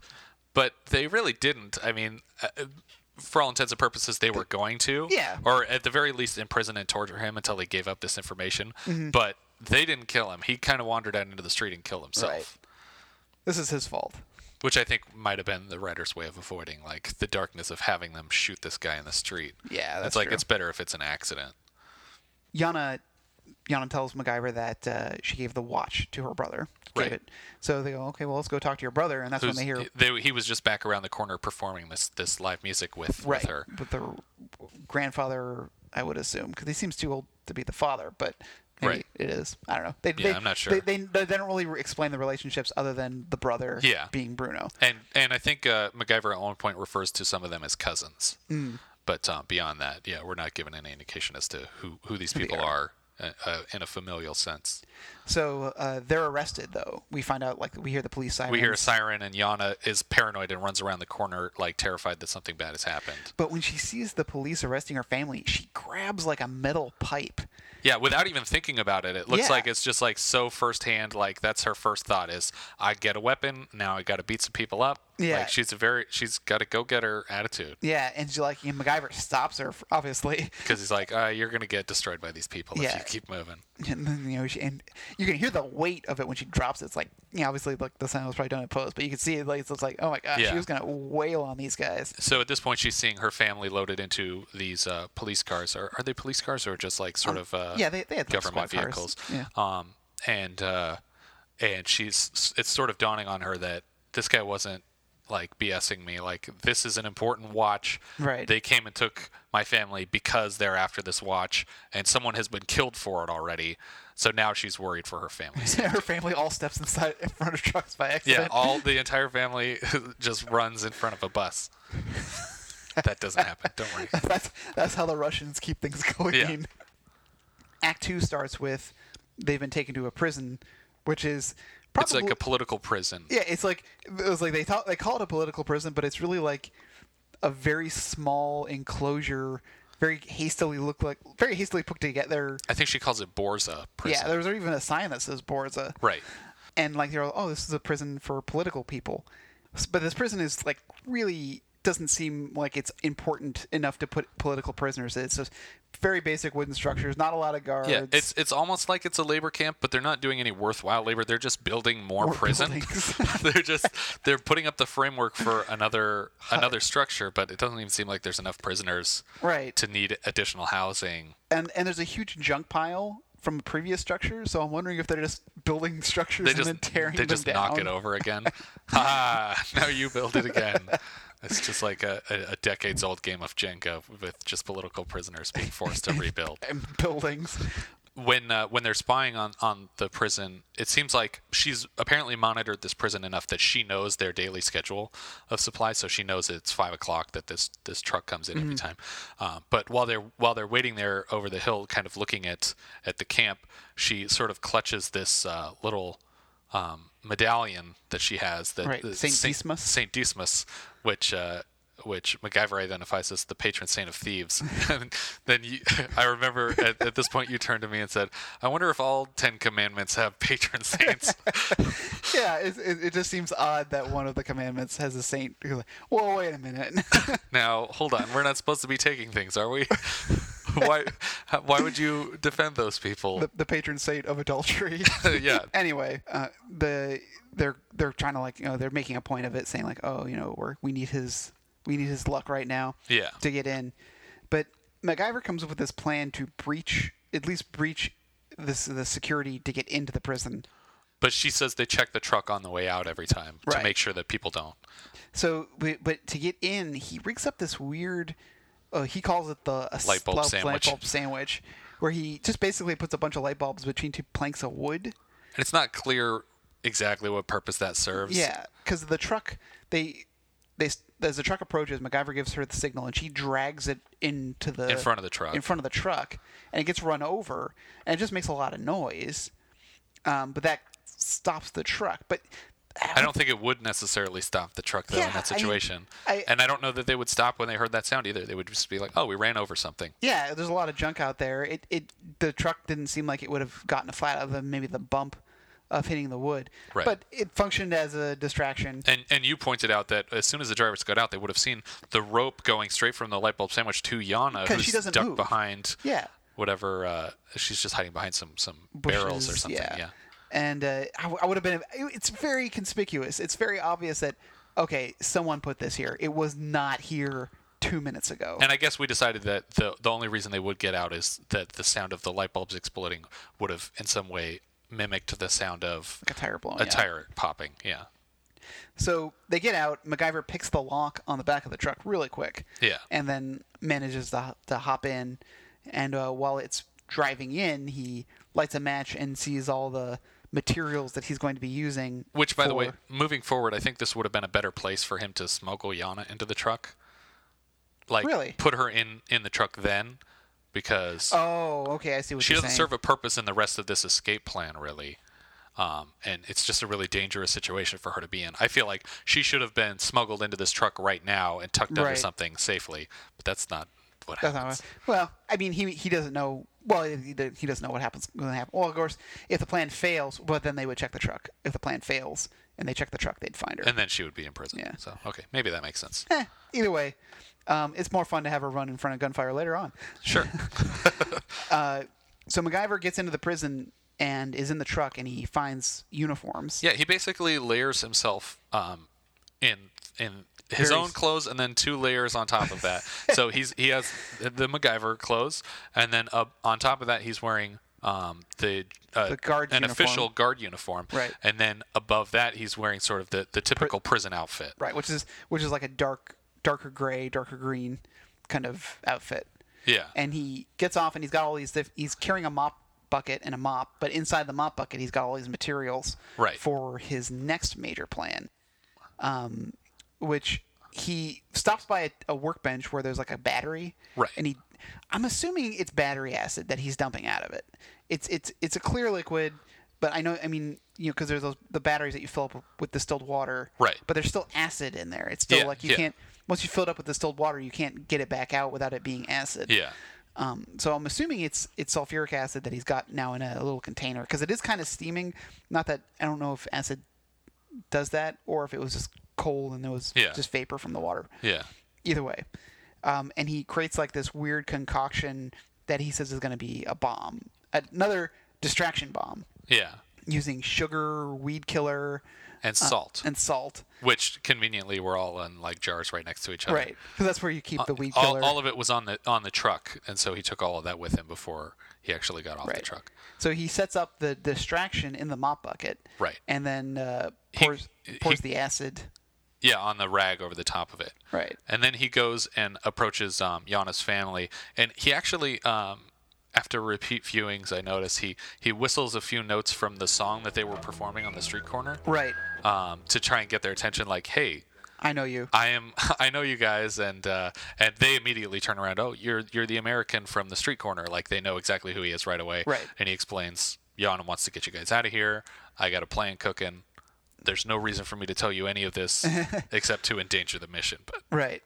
but they really didn't. I mean. Uh, uh, for all intents and purposes, they were going to, Yeah. or at the very least, imprison and torture him until they gave up this information. Mm-hmm. But they didn't kill him. He kind of wandered out into the street and killed himself, This is his fault. which I think might have been the writer's way of avoiding like the darkness of having them shoot this guy in the street. Yeah, it's that's like true. it's better if it's an accident. Yana Yana tells MacGyver that uh, she gave the watch to her brother. Gave Right. it. So they go, okay, well, let's go talk to your brother, and that's when Who's- they hear they- he was just back around the corner performing this this live music with, right with her. with the grandfather. I would assume because he seems too old to be the father, but maybe Right. it is. I don't know. They, Yeah, they- I'm not They, sure. they, they don't really re- explain the relationships other than the brother Yeah. being Bruno. And and I think uh, MacGyver at one point refers to some of them as cousins. Mm. But um, beyond that, yeah, we're not given any indication as to who, who these people are uh, uh, in a familial sense. So uh, they're arrested, though. We find out like we hear the police sirens. We hear a siren, and Yana is paranoid and runs around the corner, like terrified that something bad has happened. But when she sees the police arresting her family, she grabs like a metal pipe. Yeah, without even thinking about it, it looks Yeah. like it's just like so firsthand. Like that's her first thought is, I get a weapon now. I got to beat some people up. Yeah. like she's a very she's got to go get her attitude Yeah, and she like and MacGyver stops her obviously, because he's like, uh, you're gonna get destroyed by these people if Yeah. you keep moving. and then you know she and you can hear the weight of it when she drops it. It's like you know, obviously like the sound was probably done in post, but you can see it like it's like oh my gosh, Yeah. she was gonna wail on these guys. So at this point, she's seeing her family loaded into these uh, police cars. Are, are they police cars or just like sort of uh, Um, yeah, they- they had, like, government squad cars. vehicles? Yeah. Um, and uh, and she's it's sort of dawning on her that this guy wasn't like BSing me. Like this is an important watch. Right. They came and took my family because they're after this watch, and someone has been killed for it already. So now she's worried for her family. her family all steps inside in front of trucks by Yeah, accident. all the entire family just runs in front of a bus. that doesn't happen. Don't worry. that's that's how the Russians keep things going. Yeah. Act two starts with they've been taken to a prison, which is probably It's like a political prison. Yeah, it's like it was like they thought they call it a political prison, but it's really like a very small enclosure, very hastily look like very hastily put together. I think she calls it Borza prison. Yeah, there was even a sign that says Borza. right. And like they're all, oh, this is a prison for political people, S- but this prison is like really doesn't seem like it's important enough to put political prisoners. in. It's just very basic wooden structures, not a lot of guards. Yeah, it's it's almost like it's a labor camp, but they're not doing any worthwhile labor. They're just building more, More prison. buildings. they're just they're putting up the framework for another another structure, but it doesn't even seem like there's enough prisoners Right. to need additional housing. and and there's a huge junk pile from a previous structure. So I'm wondering if they're just building structures They and just then tearing they them just down. knock it over again. ah, now you build it again. It's just like a, a, a decades old game of Jenga with just political prisoners being forced to rebuild. and buildings. when uh, when they're spying on on the prison, it seems like she's apparently monitored this prison enough that she knows their daily schedule of supply. So she knows it's five o'clock that this this truck comes in every Mm-hmm. time. Um, but while they're while they're waiting there over the hill, kind of looking at at the camp, she sort of clutches this uh, little um, medallion that she has that Right, that Saint Dismas. Saint Dismas, which. Uh, which MacGyver identifies as the patron saint of thieves. and then you, I remember at, at this point you turned to me and said, "I wonder if all Ten Commandments have patron saints." Yeah, it, it, it just seems odd that one of the commandments has a saint who's like, whoa, wait a minute. now, hold on, we're not supposed to be taking things, are we? why, how- why would you defend those people? the, the patron saint of adultery. yeah, anyway, uh, the they're they're trying to like you know they're making a point of it, saying like, oh, you know, we're, we need his we need his luck right now. Yeah. To get in, but MacGyver comes up with this plan to breach at least breach this the security to get into the prison. but she says they check the truck on the way out every time to Right. make sure that people don't. So, but, but to get in, he rigs up this weird. Uh, he calls it the a Light bulb light sandwich. bulb sandwich, where he just basically puts a bunch of light bulbs between two planks of wood. And it's not clear exactly what purpose that serves. Yeah, because the truck they they as the truck approaches, MacGyver gives her the signal, and she drags it into the In front of the truck. In front of the truck, and it gets run over, and it just makes a lot of noise. Um, but that stops the truck. But I don't think it would necessarily stop the truck though in Yeah, that I- situation. I- and I don't know that they would stop when they heard that sound either. They would just be like, "Oh, we ran over something." Yeah, there's a lot of junk out there. It it the truck didn't seem like it would have gotten a flat other than maybe the bump of hitting the wood. Right. But it functioned as a distraction. And and you pointed out that as soon as the drivers got out, they would have seen the rope going straight from the light bulb sandwich to Yana, 'Cause who's she doesn't ducked move. behind. Yeah. Whatever, uh, she's just hiding behind some some barrels or Bushes, something. Yeah. yeah. And uh, I, w- I would have been. It's very conspicuous. It's very obvious that okay, someone put this here. It was not here two minutes ago. And I guess we decided that the the only reason they would get out is that the sound of the light bulbs exploding would have in some way mimicked the sound of Like a tire blowing. a out. tire popping. Yeah. So they get out. MacGyver picks the lock on the back of the truck really quick. Yeah. And then manages to, to hop in. And uh, while it's driving in, he lights a match and sees all the materials that he's going to be using. Which, by the way, for- moving forward, I think this would have been a better place for him to smuggle Yana into the truck. Like, Really? put her in in the truck then, because Oh, okay. I see what she you're doesn't saying. serve a purpose in the rest of this escape plan, really. Um, and it's just a really dangerous situation for her to be in. I feel like she should have been smuggled into this truck right now and tucked under Right. something safely, but that's not what That's not happens. what- well, I mean, he he doesn't know. Well, he do- he doesn't know what happens going to happen. Well, of course, if the plan fails, well, then they would check the truck. If the plan fails and they check the truck, they'd find her. and then she would be in prison. Yeah. So okay, maybe that makes sense. Eh, either way, um, it's more fun to have her run in front of gunfire later on. Sure. So MacGyver gets into the prison and is in the truck, and he finds uniforms. Yeah, he basically layers himself um, in in his Very- own clothes and then two layers on top of that. so he's he has the MacGyver clothes, and then up on top of that he's wearing um, the, uh, The guard an uniform. official guard uniform, Right. And then above that he's wearing sort of the the typical prison outfit. Right, which is which is like a dark, darker gray, darker green kind of outfit. Yeah. And he gets off, and he's got all these. diff- He's carrying a mop bucket and a mop, but inside the mop bucket, he's got all these materials Right. for his next major plan, um, which he stops by a, a workbench where there's like a battery. Right. And he, I'm assuming it's battery acid that he's dumping out of it. It's it's it's a clear liquid, but I know I mean you know because there's those the batteries that you fill up with distilled water. Right. But there's still acid in there. It's still Yeah, like you yeah. can't once you fill it up with distilled water, you can't get it back out without it being acid. Yeah. Um, so I'm assuming it's it's sulfuric acid that he's got now in a little container because it is kind of steaming. Not that I don't know if acid does that or if it was just cold and there was Yeah. just vapor from the water. Yeah. Either way, um, and he creates like this weird concoction that he says is going to be a bomb, another distraction bomb Yeah. using sugar, weed killer, And salt, Uh, and salt. which conveniently were all in like jars right next to each other. Right, because that's where you keep the weed killer. Uh, All, all of it was on the on the truck, and so he took all of that with him before he actually got off the Right. truck. So he sets up the distraction in the mop bucket. Right. And then uh, pours he- pours the acid. Yeah, on the rag over the top of it. Right. And then he goes and approaches um, Yana's family, and he actually, um, after repeat viewings, I notice he he whistles a few notes from the song that they were performing on the street corner, Right. um, to try and get their attention. Like, hey, I know you. I am. I know you guys, and uh, and they immediately turn around. Oh, you're you're the American from the street corner. Like they know exactly who he is right away. Right. And he explains, Yana wants to get you guys out of here. I got a plan cooking. There's no reason for me to tell you any of this except to endanger the mission. But Right.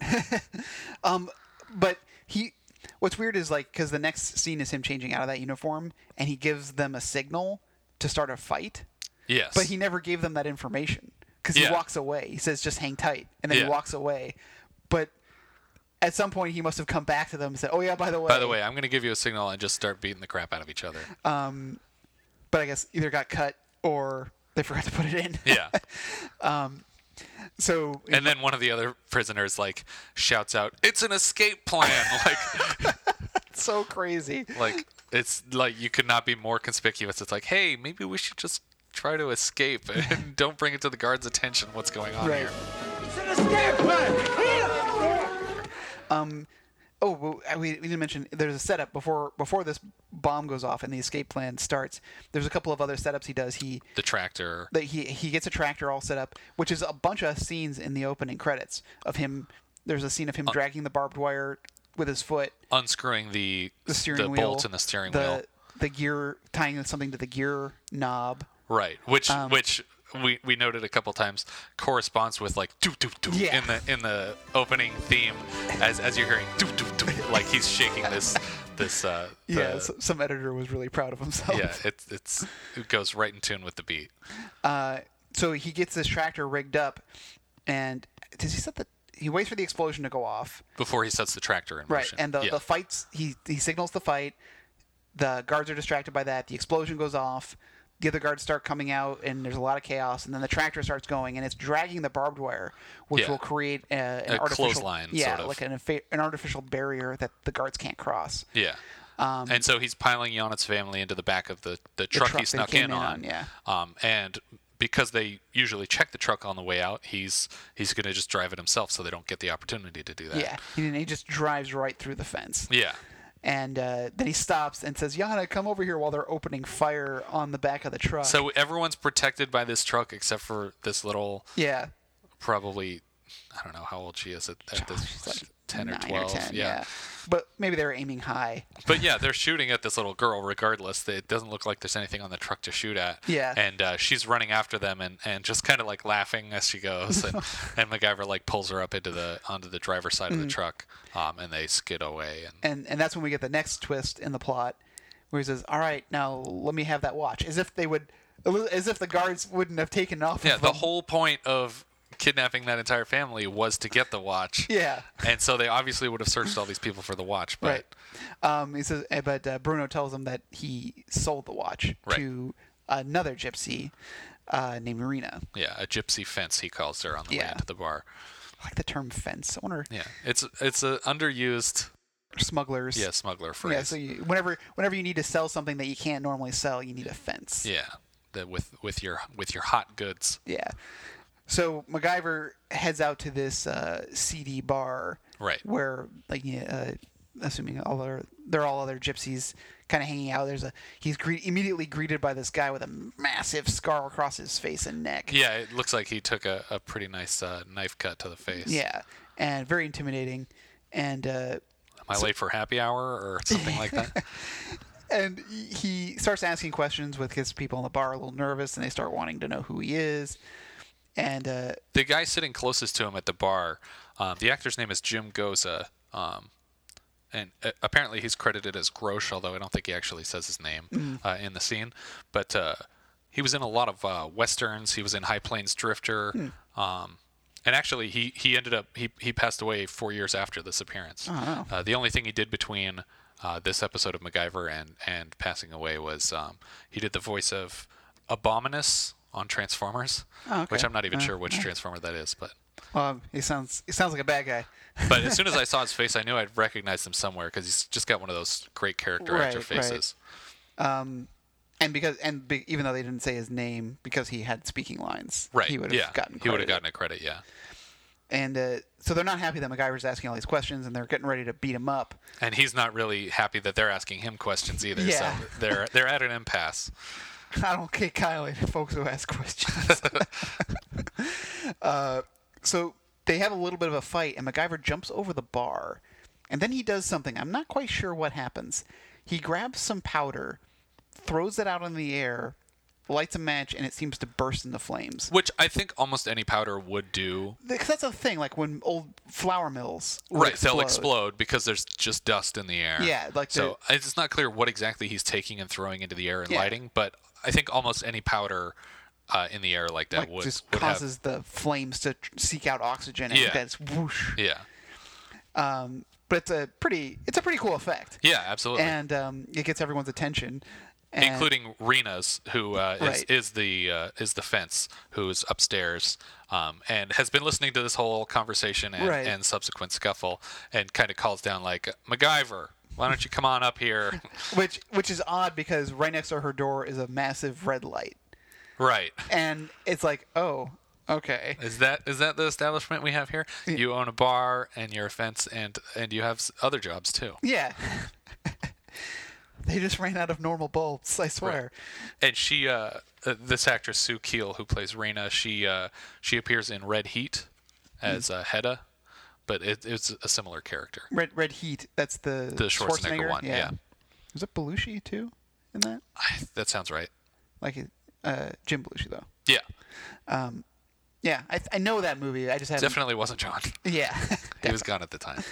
um, but he. What's weird is like because the next scene is him changing out of that uniform, and he gives them a signal to start a fight, yes, but he never gave them that information because he Yeah. walks away. He says, "Just hang tight," and then Yeah. he walks away. But at some point, he must have come back to them and said, "Oh yeah, by the way." By the way, I'm going to give you a signal and just start beating the crap out of each other. Uh, But I guess either got cut or they forgot to put it in. yeah. So And then one of the other prisoners like shouts out, "It's an escape plan!" like it's so crazy. like it's like you could not be more conspicuous. It's like, hey, maybe we should just try to escape and don't bring it to the guards' attention. What's going on Right. here? Oh, well, I- we, we didn't mention there's a setup before before this bomb goes off and the escape plan starts. There's a couple of other setups he does. He The tractor. that he he gets a tractor all set up, which is a bunch of scenes in the opening credits of him. There's a scene of him Uh, dragging the barbed wire with his foot, unscrewing the the steering wheel, bolt and the steering the, wheel. the gear tying something to the gear knob. Right. Which um, which we, we noted a couple times corresponds with like doo doo doo Yeah. in the in the opening theme as as you're hearing doo doo doo like he's shaking this this uh the- yeah, so, some editor was really proud of himself. yeah it's it's it goes right in tune with the beat. Uh, so he gets this tractor rigged up, and does he set the? He waits for the explosion to go off, Before he sets the tractor in right? motion. And the, yeah. the fights he he signals the fight. The guards are distracted by that. The explosion goes off. the other guards start coming out, and there's a lot of chaos. And then the tractor starts going, and it's dragging the barbed wire, which Yeah. will create uh, an A artificial clothesline, yeah, sort of. like an, affa- an artificial barrier that the guards can't cross. Yeah. and so he's piling Yonat's family into the back of the, the truck, Um, truck he they snuck came in in on. on, yeah. Um, and because they usually check the truck on the way out, he's he's going to just drive it himself so they don't get the opportunity to do that. Yeah, and he just drives right through the fence. Yeah. And uh, then he stops and says, "Yana, come over here!" While they're opening fire on the back of the truck. So everyone's protected by this truck except for this little, yeah, probably, I don't know how old she is at, at this she's like 10 or nine 12. ten, yeah. But maybe they're aiming high. But yeah, they're shooting at this little girl regardless. It doesn't look like there's anything on the truck to shoot at. Yeah. And uh, she's running after them and, and just kind of like laughing as she goes. And, and MacGyver like pulls her up into the onto the driver's side of the truck um, and they skid away. And Mm-hmm. and and that's when we get the next twist in the plot, where he says, "All right, now let me have that watch," as if they would, as if the guards wouldn't have taken it off. yeah, of the them. whole point of kidnapping that entire family was to get the watch. Yeah. And so they obviously would have searched all these people for the watch. But right. Um, he says, eh, but uh, Bruno tells him that he sold the watch Right. to another gypsy uh, named Marina. yeah, a gypsy fence, he calls her on the way Yeah. into the bar. I like the term fence. I wonder Yeah. It's it's a underused smugglers. yeah, smuggler phrase. Yeah. So you, whenever whenever you need to sell something that you can't normally sell, you need a fence. Yeah, the, with with your with your hot goods. Yeah. So MacGyver heads out to this uh, CD bar, Right. Where, like, yeah, uh, assuming all are they're all other gypsies, kind of hanging out. There's a he's gre- immediately greeted by this guy with a massive scar across his face and neck. Yeah, it looks like he took a, a pretty nice uh, knife cut to the face. Yeah, and very intimidating, and uh, Am I late for happy hour or something like that? and he starts asking questions with his people in the bar, are a little nervous, and they start wanting to know who he is, and uh, the guy sitting closest to him at the bar, um, the actor's name is Jim Goza, um, and uh, apparently he's credited as Grosh, although I don't think he actually says his name uh, in the scene. But uh, he was in a lot of uh, westerns. He was in High Plains Drifter. Um, and actually, he, he ended up he, he passed away four years after this appearance. Uh, the only thing he did between uh, this episode of MacGyver and and passing away was um, he did the voice of Abominus on Transformers, which I'm not even sure which Transformer that is. But um, he sounds he sounds like a bad guy. but as soon as I saw his face, I knew I'd recognize him somewhere because he's just got one of those great character actor Right, right. faces. and because and be, even though they didn't say his name because he had speaking lines Right. he would have yeah. gotten he would have credited. gotten a credit. Yeah. and uh, so they're not happy that MacGyver's asking all these questions and they're getting ready to beat him up And he's not really happy that they're asking him questions either. Yeah. So they're they're at an impasse. I don't get kindly to folks who ask questions uh, so they have a little bit of a fight and MacGyver jumps over the bar and then he does something I'm not quite sure what happens he grabs some powder throws it out in the air lights a match and it seems to burst into flames Which I think almost any powder would do. because that's a thing like when old flour mills would Right, they'll explode because there's just dust in the air. Yeah, like so. It's not clear what exactly he's taking and throwing into the air and Yeah. lighting, but I think almost any powder uh, in the air like that like, would just would have- causes the flames to tr- seek out oxygen and Yeah. that's whoosh. yeah, Um, but it's a pretty it's a pretty cool effect, yeah, absolutely, and um, it gets everyone's attention, and, including Rena's, who uh, is, Right. is the uh, is the fence who's upstairs. Um, and has been listening to this whole conversation and, Right. and subsequent scuffle, and kind of calls down like MacGyver, why don't you come on up here? which which is odd because right next to her door is a massive red light, right. and it's like oh okay Is that is that the establishment we have here? You own a bar and you're a fence and and you have s- other jobs too. yeah. They just ran out of normal bulbs, I swear. And she, uh, uh, this actress Sue Keel, who plays Raina, she uh, she appears in Red Heat Hmm. as uh, Hedda, but it, it's a similar character. Red Red Heat, that's the The Schwarzenegger one, yeah. Was it Belushi too in that? I, that sounds right. Like uh, Jim Belushi though. Yeah, Yeah, I, I know that movie. I just haven't. definitely wasn't John. Yeah. He was gone at the time.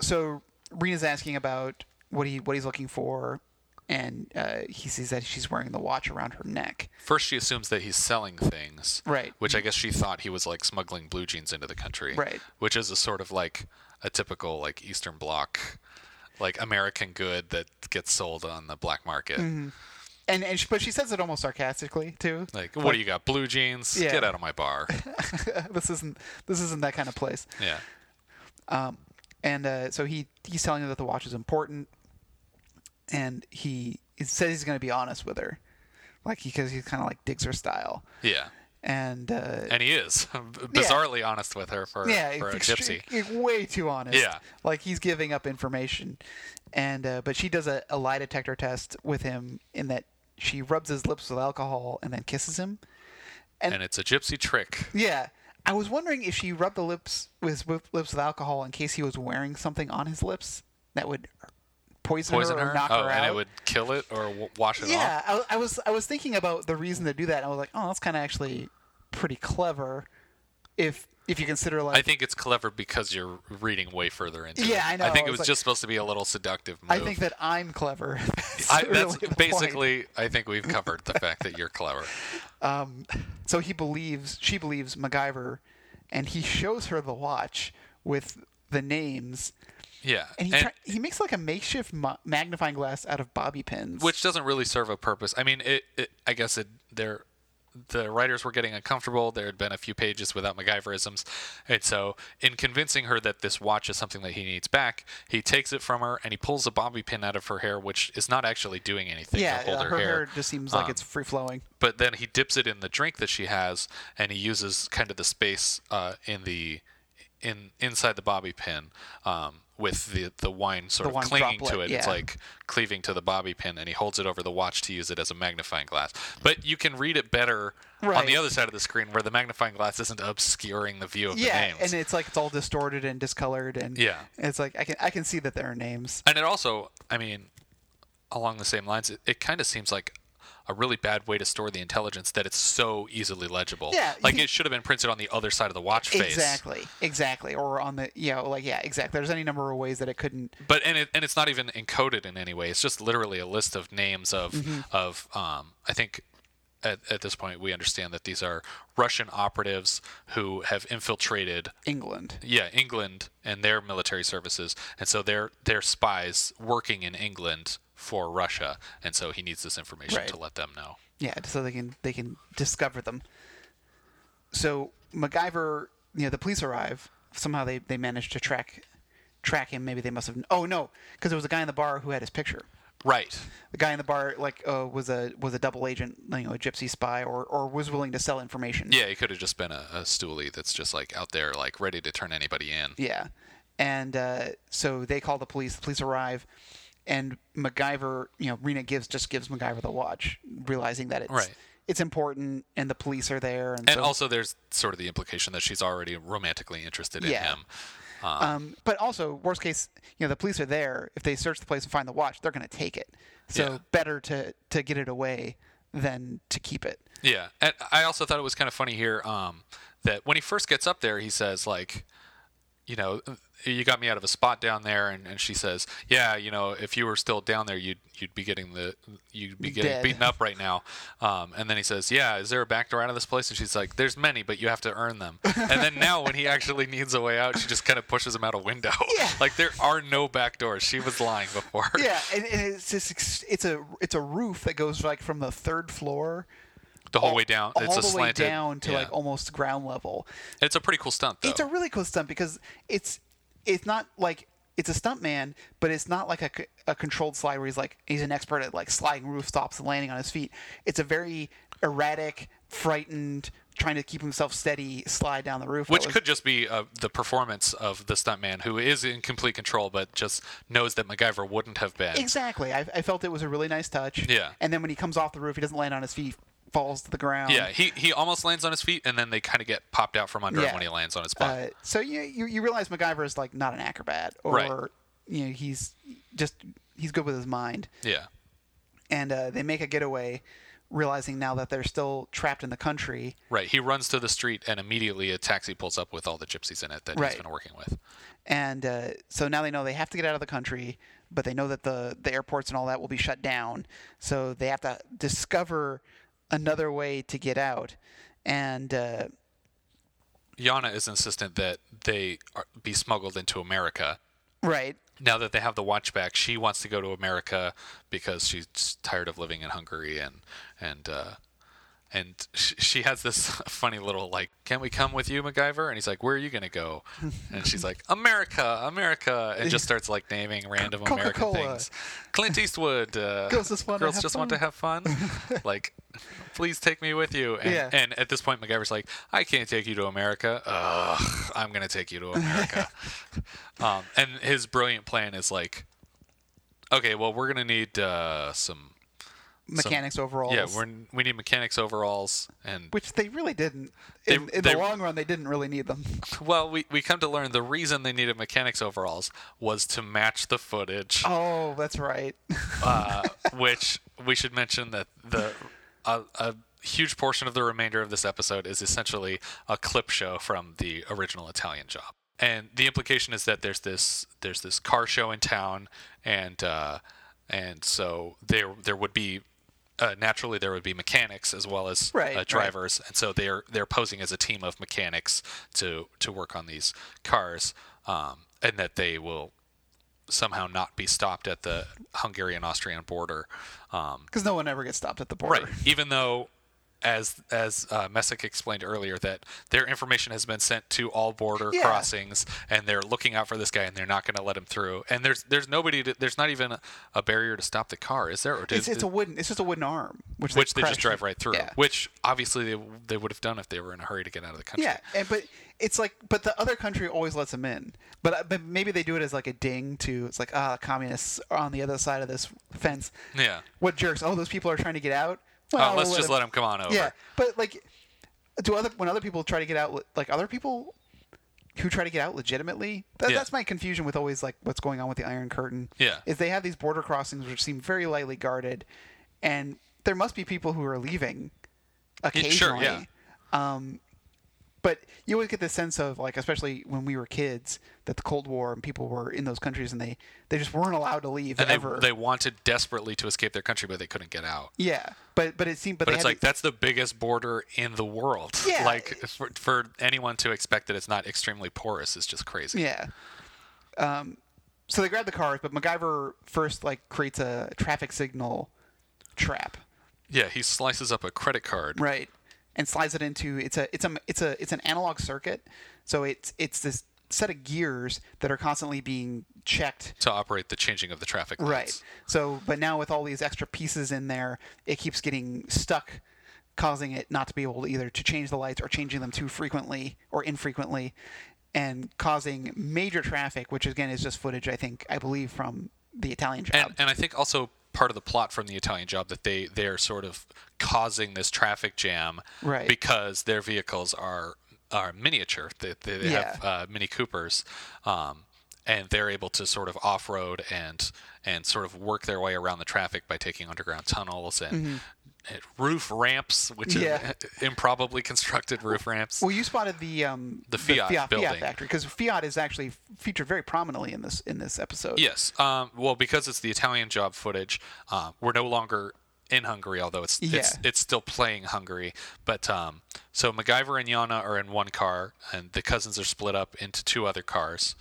so Rena's asking about what he what he's looking for, and uh, he sees that she's wearing the watch around her neck. First, she assumes that he's selling things, Right. Which I guess she thought he was like smuggling blue jeans into the country, Right. Which is a sort of like a typical like Mm-hmm. Eastern Bloc, like American good that gets sold on the black market. and and she, but she says it almost sarcastically too. Like, what do you got? Blue jeans? Yeah. Get out of my bar. this isn't this isn't that kind of place. Yeah. And uh, so he he's telling her that the watch is important, and he, he says he's going to be honest with her, like because he kind of like digs her style, Yeah. and uh, And he is bizarrely honest with her for, yeah, for a extre- gypsy. e- way too honest. Yeah. like he's giving up information, and uh, but she does a, a lie detector test with him in that she rubs his lips with alcohol and then kisses him. And it's a gypsy trick. Yeah. I was wondering if she rubbed the lips with, with lips with alcohol in case he was wearing something on his lips that would poison, Poison her, her. or knock oh, her out. and it would kill it or w- wash it yeah, off. I, I was I was thinking about the reason to do that. And I was like, oh, that's kind of actually pretty clever, if if you consider like I think it's clever because you're reading way further into it. Yeah, I know. I think I it was was like- just supposed to be a little seductive move. I think that I'm clever. That's, I, really that's the point. basically. I think we've covered the fact that you're clever. So he believes she believes MacGyver, and he shows her the watch with the names, Yeah, and he try, he makes like a makeshift ma- magnifying glass out of bobby pins, which doesn't really serve a purpose. I mean, it. it I guess it. There, the writers were getting uncomfortable. There had been a few pages without MacGyverisms, and so in convincing her that this watch is something that he needs back, he takes it from her and he pulls a bobby pin out of her hair, which is not actually doing anything yeah, to hold uh, her, her hair. just seems like it's free flowing. but then he dips it in the drink that she has, and he uses kind of the space uh, in the in inside the bobby pin um, with the the wine sort The of wine clinging to droplet, it. It's yeah. like cleaving to the bobby pin, and he holds it over the watch to use it as a magnifying glass. But you can read it better on Right. the other side of the screen where the magnifying glass isn't obscuring the view of Yeah, the names. and it's like it's all distorted and discolored, and Yeah. it's like I can I can see that there are names. And it also, I mean, along the same lines, it, it kind of seems like a really bad way to store the intelligence that it's so easily legible. Yeah, you Like can- it should have been printed on the other side of the watch face. Exactly, exactly, or on the you know like yeah, exactly. There's any number of ways that it couldn't. But and it, and it's not even encoded in any way. It's just literally a list of names of Mm-hmm. of um I think at, at this point we understand that these are Russian operatives who have infiltrated England. yeah, England and their military services, and so they're they're spies working in England for Russia, and so he needs this information Right. to let them know. Yeah, so they can they can discover them. So MacGyver, you know, the police arrive. Somehow they they managed to track track him. Maybe they must have. Oh no, because there was a guy in the bar who had his picture. Right. The guy in the bar like uh, was a was a double agent, you know, a gypsy spy, or or was willing to sell information. Yeah, he could have just been a, a stoolie that's just like out there, like ready to turn anybody in. Yeah. And uh, so they call the police. The police arrive, and MacGyver, you know, Rena gives just gives MacGyver the watch, realizing that it's Right. it's important, and the police are there. And, And so, also, there's sort of the implication that she's already romantically interested in Yeah. him. um, but also worst case, you know, the police are there. If they search the place and find the watch, they're going to take it. So Yeah. better to to get it away than to keep it. Yeah, and I also thought it was kind of funny here um, that when he first gets up there, he says like, you know, you got me out of a spot down there, and, and she says, yeah, you know, if you were still down there, you'd you'd be getting the you'd be getting Dead. beaten up right now. Um, and then he says, yeah, is there a back door out of this place? And she's like, there's many, but you have to earn them. And then now when he actually needs a way out, she just kind of pushes him out a window. Yeah. like there are no back doors. She was lying before. Yeah, and, and it's just ex- it's a it's a roof that goes like from the third floor the whole way down. all it's a the way slanted down to yeah. like almost ground level. It's a pretty cool stunt though. It's a really cool stunt because it's it's not like it's a stunt man, but it's not like a, c- a controlled slide where he's like he's an expert at like sliding rooftops and landing on his feet. It's a very erratic, frightened, trying to keep himself steady slide down the roof. that Which was- could just be uh, the performance of the stuntman who is in complete control, but just knows that MacGyver wouldn't have been. exactly. I, I felt it was a really nice touch. Yeah. And then when he comes off the roof, he doesn't land on his feet, falls to the ground. Yeah, he, he almost lands on his feet, and then they kind of get popped out from under Yeah. him when he lands on his butt. Uh, so you, you you realize MacGyver is like not an acrobat, or Right. you know he's just he's good with his mind. yeah, and uh, they make a getaway, realizing now that they're still trapped in the country. right. He runs to the street, and immediately a taxi pulls up with all the gypsies in it that Right. he's been working with. And uh, so now they know they have to get out of the country, but they know that the, the airports and all that will be shut down. So they have to discover another way to get out. And uh, Yana is insistent that they are, be smuggled into America. right, now that they have the watch back, she wants to go to America because she's tired of living in Hungary and and uh, and sh- she has this funny little like, "Can we come with you, MacGyver?" And he's like, "Where are you gonna go?" And she's like, "America, America," and just starts like naming random American Coca-Cola. things. Clint Eastwood. Uh, Girls just want to girls have just want to have fun. like, please take me with you. And, Yeah. and at this point, MacGyver's like, "I can't take you to America. Ugh, I'm gonna take you to America." um, and his brilliant plan is like, "Okay, well, we're gonna need uh, some." mechanics overall. Yeah, we're, we need mechanics overalls and which they really didn't. They- in in they- the long run, they didn't really need them. Well, we, we come to learn the reason they needed mechanics overalls was to match the footage, Oh, that's right. uh, which we should mention that the a, a huge portion of the remainder of this episode is essentially a clip show from the original Italian Job, and the implication is that there's this there's this car show in town, and uh, and so there there would be. Uh, naturally, there would be mechanics as well as Right, uh, right. drivers drivers, and so they're they're posing as a team of mechanics to to work on these cars, um, and that they will somehow not be stopped at the Hungarian-Austrian border. Um, Because no one ever gets stopped at the border. Even though, as as uh, Messick explained earlier, that their information has been sent to all border Yeah. crossings, and they're looking out for this guy, and they're not going to let him through. And there's there's nobody. To, there's not even a, a barrier to stop the car, is there? Or did- It's, it's a wooden. It's just a wooden arm, which which they crash just drive right through. Yeah. Which obviously they, they would have done if they were in a hurry to get out of the country. Yeah, and, but it's like, but the other country always lets them in. But, uh, but maybe they do it as like a ding to. It's like, ah, communists are on the other side of this fence. Yeah. What jerks? Oh, those people are trying to get out. Oh, Well, let's we'll just let them come on over. Yeah, but like, do other when other people try to get out, like other people who try to get out legitimately? That, Yeah. That's my confusion with always like what's going on with the Iron Curtain. Yeah. is they have these border crossings which seem very lightly guarded, and there must be people who are leaving sure, occasionally. yeah. Um, but you always get the sense of like, especially when we were kids, that the Cold War and people were in those countries and they they just weren't allowed to leave And ever. they, they wanted desperately to escape their country, but they couldn't get out. yeah, but but it seemed but, But they it's had like that's the biggest border in the world. Yeah. like for, for anyone to expect that it's not extremely porous is just crazy. Yeah. Um, so they grab the cars, but MacGyver first like creates a traffic signal trap, Yeah, he slices up a credit card. right? And slides it into it's a it's a it's a it's an analog circuit, so it's it's this set of gears that are constantly being checked. To operate the changing of the traffic lights. Right. So, but now with all these extra pieces in there, it keeps getting stuck, causing it not to be able to either to change the lights or changing them too frequently or infrequently, and causing major traffic, which again is just footage I think I believe from the Italian job. and and I think also part of the plot from the Italian job that they they are sort of causing this traffic jam Right. because their vehicles are are miniature. They they, they have Yeah. uh, Mini Coopers, um, and they're able to sort of off road and and sort of work their way around the traffic by taking underground tunnels and. and Roof ramps, which Mm-hmm. Yeah. are improbably constructed roof ramps. well, you spotted the um, The Fiat building. factory because Fiat is actually featured very prominently in this in this episode. Yes. Um, well, because it's the Italian job footage, um, we're no longer in Hungary, although it's it's Yeah. it's still playing Hungary. But um, so MacGyver and Yana are in one car, and the cousins are split up into two other cars.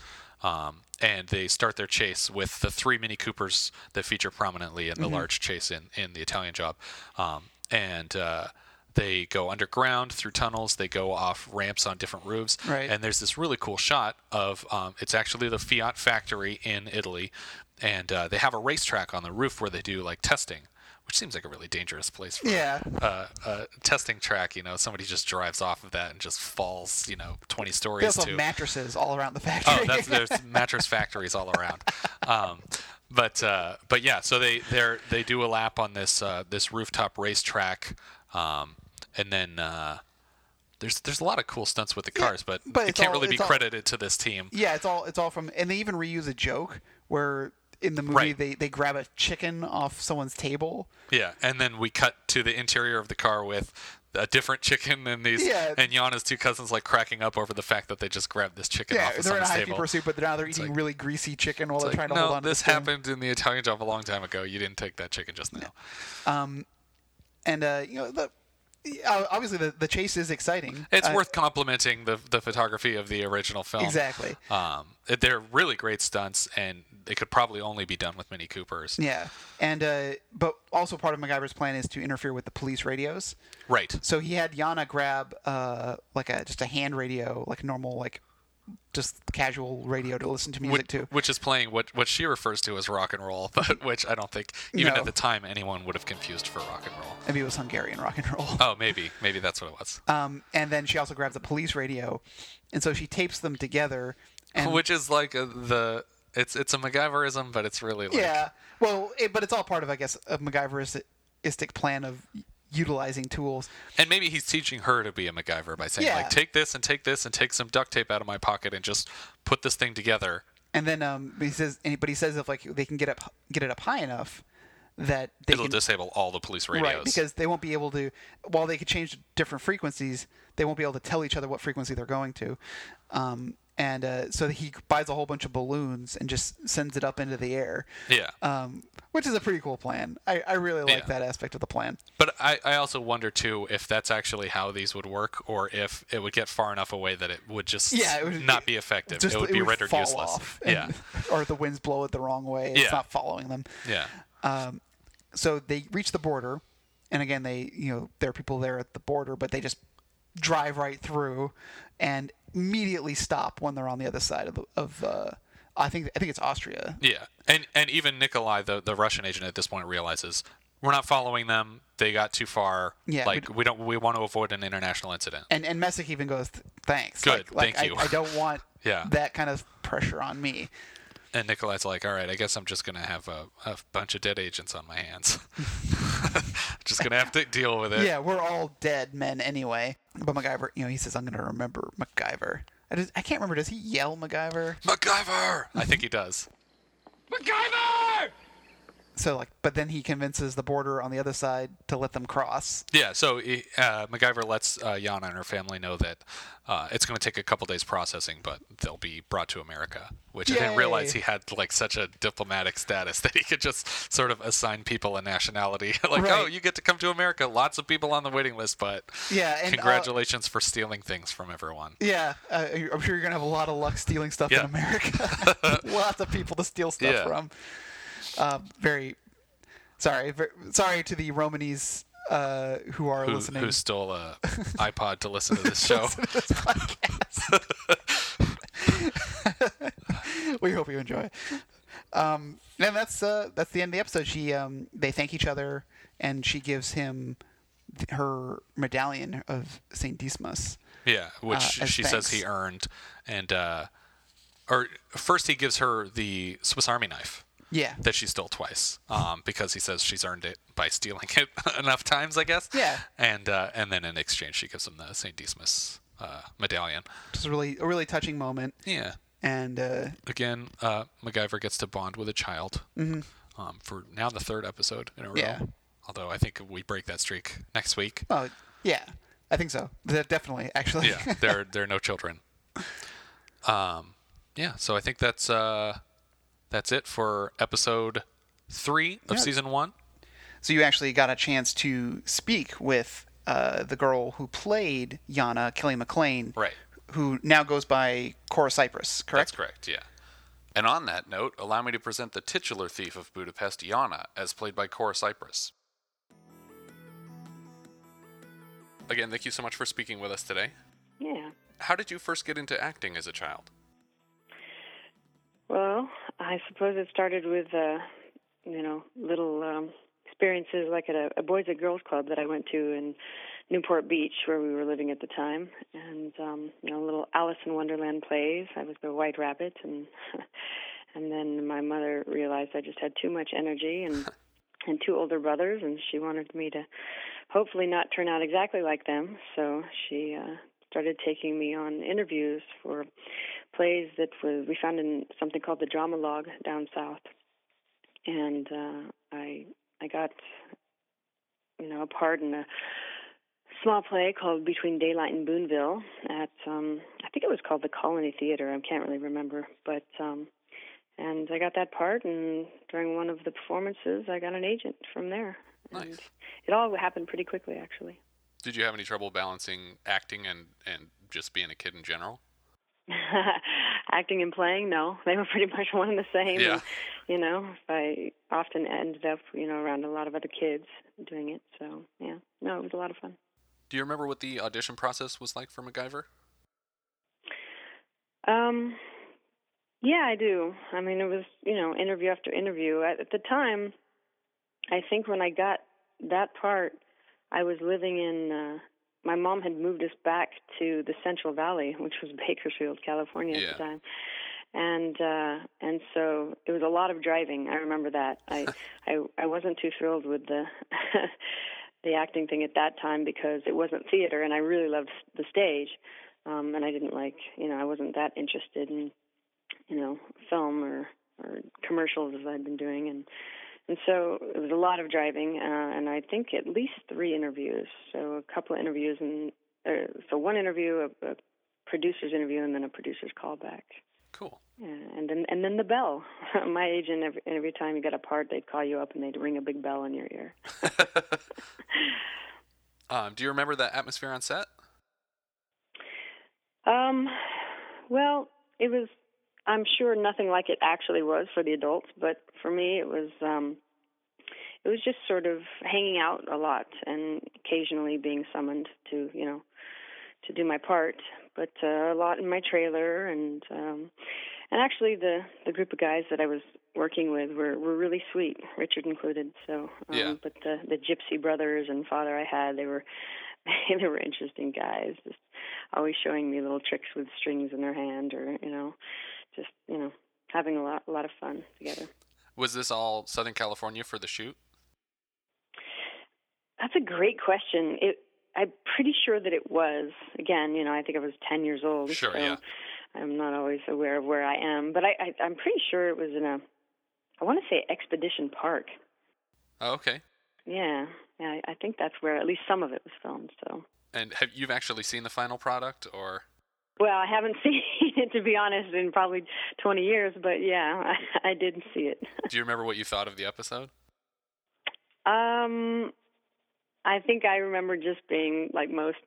Um, and they start their chase with the three Mini Coopers that feature prominently in the Mm-hmm. large chase in, in the Italian job. Um, and uh, they go underground through tunnels. They go off ramps on different roofs. Right. And there's this really cool shot of um, it's actually the Fiat factory in Italy, and uh, they have a racetrack on the roof where they do like testing, which seems like a really dangerous place for Yeah. uh, a testing track. You know, somebody just drives off of that and just falls, you know, 20 They stories also to have mattresses all around the factory. Oh, that's there's mattress factories all around. Um, but uh, but yeah, so they they they do a lap on this uh, this rooftop racetrack, um, and then uh, there's there's a lot of cool stunts with the cars, but, but it it's can't all- really be it's all- credited to this team. Yeah, it's all it's all from, and they even reuse a joke where in the movie Right. they they grab a chicken off someone's table. Yeah, and then we cut to the interior of the car with a different chicken and these Yeah. and Yana's two cousins like cracking up over the fact that they just grabbed this chicken Yeah, off of they're in a someone's high table. fever soup, but now they're eating like- really greasy chicken while they're Like, trying to no, hold on. to this the thing." happened in the Italian job a long time ago. You didn't take that chicken just now. and uh, you know the. uh, Obviously, the, the chase is exciting. It's Uh, worth complimenting the the photography of the original film. Exactly. Um, they're really great stunts, and it could probably only be done with Mini Coopers. Yeah, and uh, but also part of MacGyver's plan is to interfere with the police radios. Right. So he had Yana grab uh, like a just a hand radio, like normal, like just casual radio to listen to music which, to. Which is playing what what she refers to as rock and roll, but which I don't think even No. at the time anyone would have confused for rock and roll. Maybe it was Hungarian rock and roll. Oh, maybe maybe that's what it was. Um, and then she also grabs the police radio, and so she tapes them together. And which is like a, the it's it's a MacGyverism, but it's really like yeah, well, it, but it's all part of I guess a MacGyveristic plan of utilizing tools. And maybe he's teaching her to be a MacGyver by saying, Yeah. like, take this and take this and take some duct tape out of my pocket and just put this thing together. And then um, he says, and- but he says if like they can get up get it up high enough that they It'll can disable all the police radios. right because they won't be able to while they could change different frequencies they won't be able to tell each other what frequency they're going to um, and uh, so he buys a whole bunch of balloons and just sends it up into the air yeah. um, which is a pretty cool plan i, I really like Yeah. that aspect of the plan but I, I also wonder, too, if that's actually how these would work or if it would get far enough away that it would just Yeah, it would- not be effective. Just- it would be rendered fall useless. off yeah. and- or the winds blow it the wrong way it's Yeah. not following them Yeah. Um, so they reach the border, and again, they you know there are people there at the border, but they just drive right through and immediately stop when they're on the other side of the, of uh, I think I think it's Austria. Yeah. And and even Nikolai, the, the Russian agent at this point, realizes we're not following them. They got too far. Yeah, Like, we- we, don't, we want to avoid an international incident. And and Messick even goes, thanks. Good, like, like, thank you." I, I don't want Yeah. that kind of pressure on me. And Nikolai's like, all right, I guess I'm just going to have a, a bunch of dead agents on my hands. just going to have to deal with it. Yeah, we're all dead men anyway. But MacGyver, you know, he says, I'm gonna remember MacGyver. I, just, I can't remember. Does he yell MacGyver? MacGyver! I think he does. MacGyver! So like, but then he convinces the border on the other side to let them cross. Yeah, so he- uh, MacGyver lets uh, Yana and her family know that uh, it's going to take a couple days processing, but they'll be brought to America, which I Yay. didn't realize he had like such a diplomatic status that he could just sort of assign people a nationality. like, Right. oh, you get to come to America. Lots of people on the waiting list, but Yeah, and, uh, congratulations for stealing things from everyone. Yeah, uh, I'm sure you're gonna have a lot of luck stealing stuff in Yeah. America. Lots of people to steal stuff Yeah. from. Um, very sorry, ver sorry to the Romanese uh, who are who, listening. who stole a iPod to listen to this show. to this podcast. we hope you enjoy. Um, and that's uh, that's the end of the episode. She um, they thank each other, and she gives him th- her medallion of Saint Dismas. yeah, which as she says he Uh, thanks. earned, and uh, or first he gives her the Swiss Army knife Yeah, that she stole twice, um, because he says she's earned it by stealing it enough times, I guess. Yeah. and uh, and then in exchange she gives him the Saint Dismas uh, medallion. it's really a really touching moment. Yeah. and uh, Again, uh, MacGyver gets to bond with a child um, for now the third episode in a row. Mm-hmm. Yeah. Although I think we break that streak next week. oh yeah, I think so. De- definitely, actually. yeah there there are no children um yeah so i think that's uh that's it for episode three of season one so you actually got a chance to speak with uh, the girl who played Yana, Kelly McLean, Right. Who now goes by Cora Cypress, correct? that's correct yeah and on that note allow me to present the titular thief of budapest yana as played by cora cypress again thank you so much for speaking with us today Yeah. how did you first get into acting as a child Well, I suppose it started with, uh, you know, little um, experiences like at a, a boys and girls club that I went to in Newport Beach, where we were living at the time, and um, you know, little Alice in Wonderland plays. I was the White Rabbit, and and then my mother realized I just had too much energy and. And two older brothers, and she wanted me to hopefully not turn out exactly like them. So she uh, started taking me on interviews for plays that was we found in something called the drama log down south and uh i i got you know a part in a small play called between daylight and boonville at um i think it was called the colony theater i can't really remember but um and i got that part and during one of the performances i got an agent from there and Nice. it all happened pretty quickly actually did you have any trouble balancing acting and and just being a kid in general acting and playing, no, they were pretty much one and the same. Yeah. And, you know, I often ended up, you know, around a lot of other kids doing it. So yeah, no, it was a lot of fun. Do you remember what the audition process was like for MacGyver? Um, yeah, I do. I mean, it was you know interview after interview. At, at the time, I think when I got that part, I was living in. Uh, my mom had moved us back to the Central Valley, which was Bakersfield, California Yeah. at the time. And uh and so it was a lot of driving. I remember that. I I I wasn't too thrilled with the the acting thing at that time because it wasn't theater and I really loved the stage. Um and I didn't like, you know, I wasn't that interested in you know, film or or commercials as I'd been doing and and so it was a lot of driving, uh, and I think at least three interviews. So a couple of interviews, and uh, so one interview, a, a producer's interview, and then a producer's callback, Cool. yeah, and then and then the bell. My agent, every, every time you got a part, they'd call you up and they'd ring a big bell in your ear. Um, do you remember the atmosphere on set? Um, well, it was. I'm sure nothing like it actually was for the adults, but for me, it was. Um, it was just sort of hanging out a lot and occasionally being summoned to, you know, to do my part, but uh, a lot in my trailer and um, and actually the the group of guys that I was working with were were really sweet, Richard included. So, um, Yeah. but the the Gypsy brothers and father I had, they were they were interesting guys, just always showing me little tricks with strings in their hand, or you know, just you know, having a lot a lot of fun together. Was this all Southern California for the shoot? That's a great question. It, I'm pretty sure that it was. Again, you know, I think I was 10 years old. Sure, so yeah. I'm not always aware of where I am, but I, I, I'm pretty sure it was in a, I want to say Expedition Park. Oh, okay. Yeah, yeah, I I think that's where at least some of it was filmed. So, And have you've actually seen the final product, or well, I haven't seen it to be honest in probably 20 years, but yeah, I, I did see it. do you remember what you thought of the episode? Um, I think I remember just being like most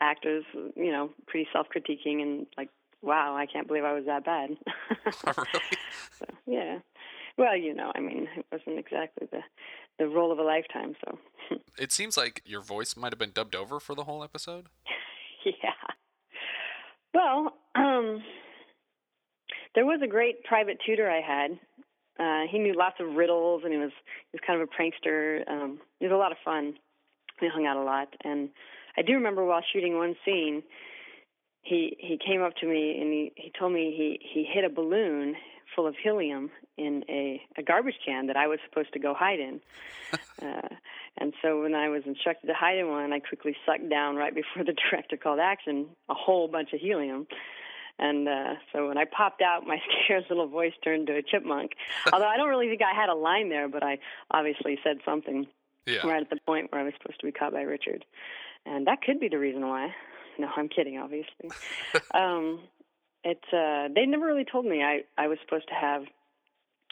actors, you know, pretty self-critiquing and like, wow, I can't believe I was that bad. really? so, yeah. Well, you know, I mean, it wasn't exactly the the role of a lifetime, so It seems like your voice might have been dubbed over for the whole episode. yeah. Well, um, there was a great private tutor I had. Uh, he knew lots of riddles, and he was he was kind of a prankster. Um, he was a lot of fun. We hung out a lot, and I do remember while shooting one scene, he he came up to me and he he told me he he hid a balloon full of helium in a a garbage can that I was supposed to go hide in. Uh, and so when I was instructed to hide in one, I quickly sucked down right before the director called action a whole bunch of helium. And uh, so when I popped out, my scared little voice turned to a chipmunk. Although I don't really think I had a line there, but I obviously said something Yeah. right at the point where I was supposed to be caught by Richard. And that could be the reason why. No, I'm kidding, obviously. um, it uh, they never really told me I I was supposed to have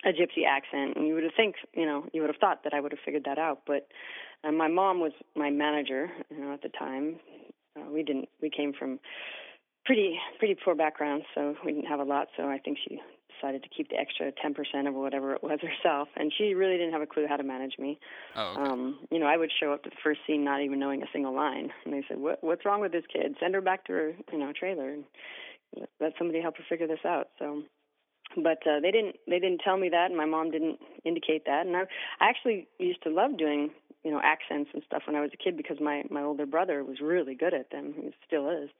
a gypsy accent, and you would have think you know you would have thought that I would have figured that out. But uh, my mom was my manager, you know, at the time. Uh, we didn't. We came from pretty pretty poor backgrounds, so we didn't have a lot. So I think she decided to keep the extra 10% of whatever it was herself, and she really didn't have a clue how to manage me Oh, okay. um, you know, I would show up to the first scene not even knowing a single line, and they said, "What what's wrong with this kid? Send her back to her, you know, trailer and let- let somebody help her figure this out." So, but uh, they didn't they didn't tell me that, and my mom didn't indicate that. And I, I actually used to love doing you know accents and stuff when I was a kid because my my older brother was really good at them. He still is.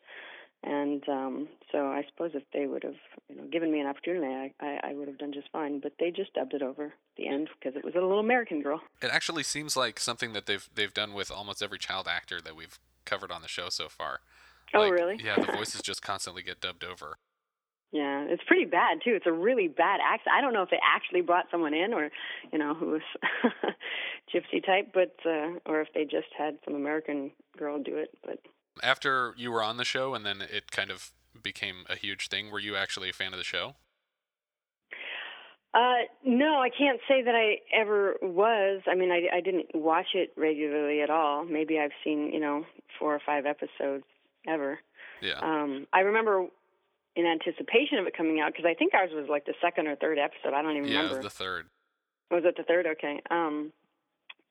And um, so I suppose if they would have, you know, given me an opportunity, I, I, I would have done just fine. But they just dubbed it over at the end because it was a little American girl. It actually seems like something that they've they've done with almost every child actor that we've covered on the show so far. Oh, Like, really? Yeah, the voices just constantly get dubbed over. Yeah, it's pretty bad too. It's a really bad accent. I don't know if they actually brought someone in or, you know, who was gypsy type, but uh, or if they just had some American girl do it. But After you were on the show, and then it kind of became a huge thing. Were you actually a fan of the show? uh, no, I can't say that I ever was. I mean, I, I didn't watch it regularly at all. Maybe I've seen, you know, four or five episodes ever. Yeah. Um, I remember in anticipation of it coming out because I think ours was like the second or third episode. I don't even yeah, remember. it was the third. Was it the third? Okay. Um,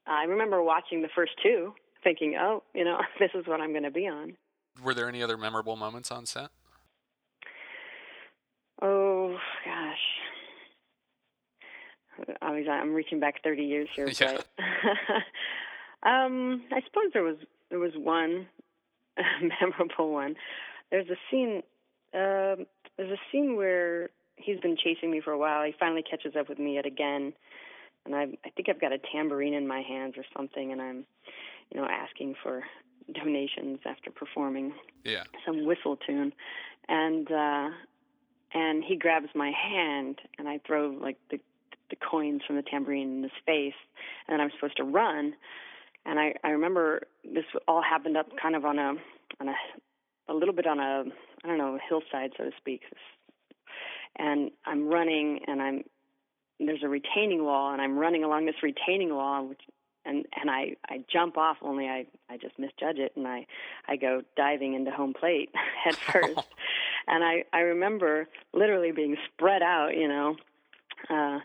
I remember watching the first two, thinking, "Oh, you know, this is what I'm going to be on." Were there any other memorable moments on set? Oh gosh, I was, I'm reaching back 30 years here, Yeah. but um, I suppose there was there was one memorable one. There's a scene. Um, there's a scene where he's been chasing me for a while. He finally catches up with me yet again, and I, I think I've got a tambourine in my hands or something, and I'm, you know, asking for donations after performing Yeah. some whistle tune and uh and he grabs my hand and i throw like the the coins from the tambourine in his face and i'm supposed to run and i i remember this all happened up kind of on a on a a little bit on a i don't know hillside so to speak and i'm running and i'm there's a retaining wall and i'm running along this retaining wall which and and i i jump off only i i just misjudge it and i i go diving into home plate head first and i i remember literally being spread out you know uh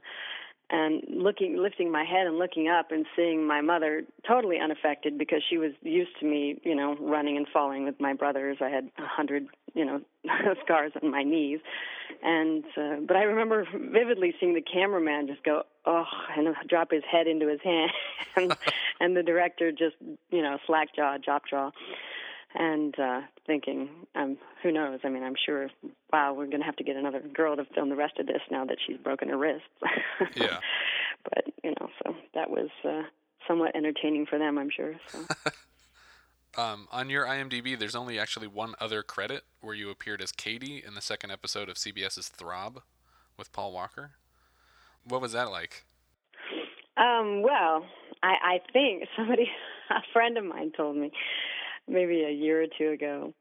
and looking lifting my head and looking up and seeing my mother totally unaffected because she was used to me you know running and falling with my brothers i had a hundred you know scars on my knees and uh, but i remember vividly seeing the cameraman just go oh and drop his head into his hand and, and the director just you know slack jaw drop jaw and uh thinking um who knows i mean i'm sure wow we're going to have to get another girl to film the rest of this now that she's broken her wrists Yeah. but you know so that was uh somewhat entertaining for them i'm sure so Um, on your IMDb, there's only actually one other credit where you appeared as Katie in the second episode of CBS's Throb with Paul Walker. What was that like? Um, well, I, I think somebody, a friend of mine told me maybe a year or two ago.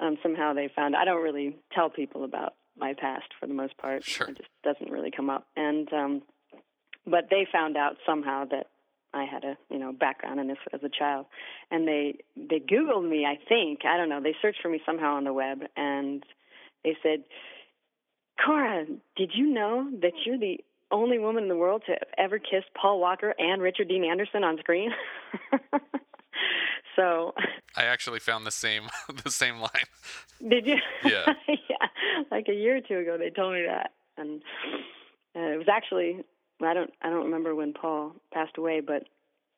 Um, somehow they found I don't really tell people about my past for the most part. Sure. It just doesn't really come up. And um, but they found out somehow that I had a you know background in this as a child, and they they Googled me. I think I don't know. They searched for me somehow on the web, and they said, Cora, did you know that you're the only woman in the world to have ever kissed Paul Walker and Richard Dean Anderson on screen? so, I actually found the same the same line. did you? Yeah. yeah. Like a year or two ago, they told me that, and uh, it was actually I don't I don't remember when Paul passed away, but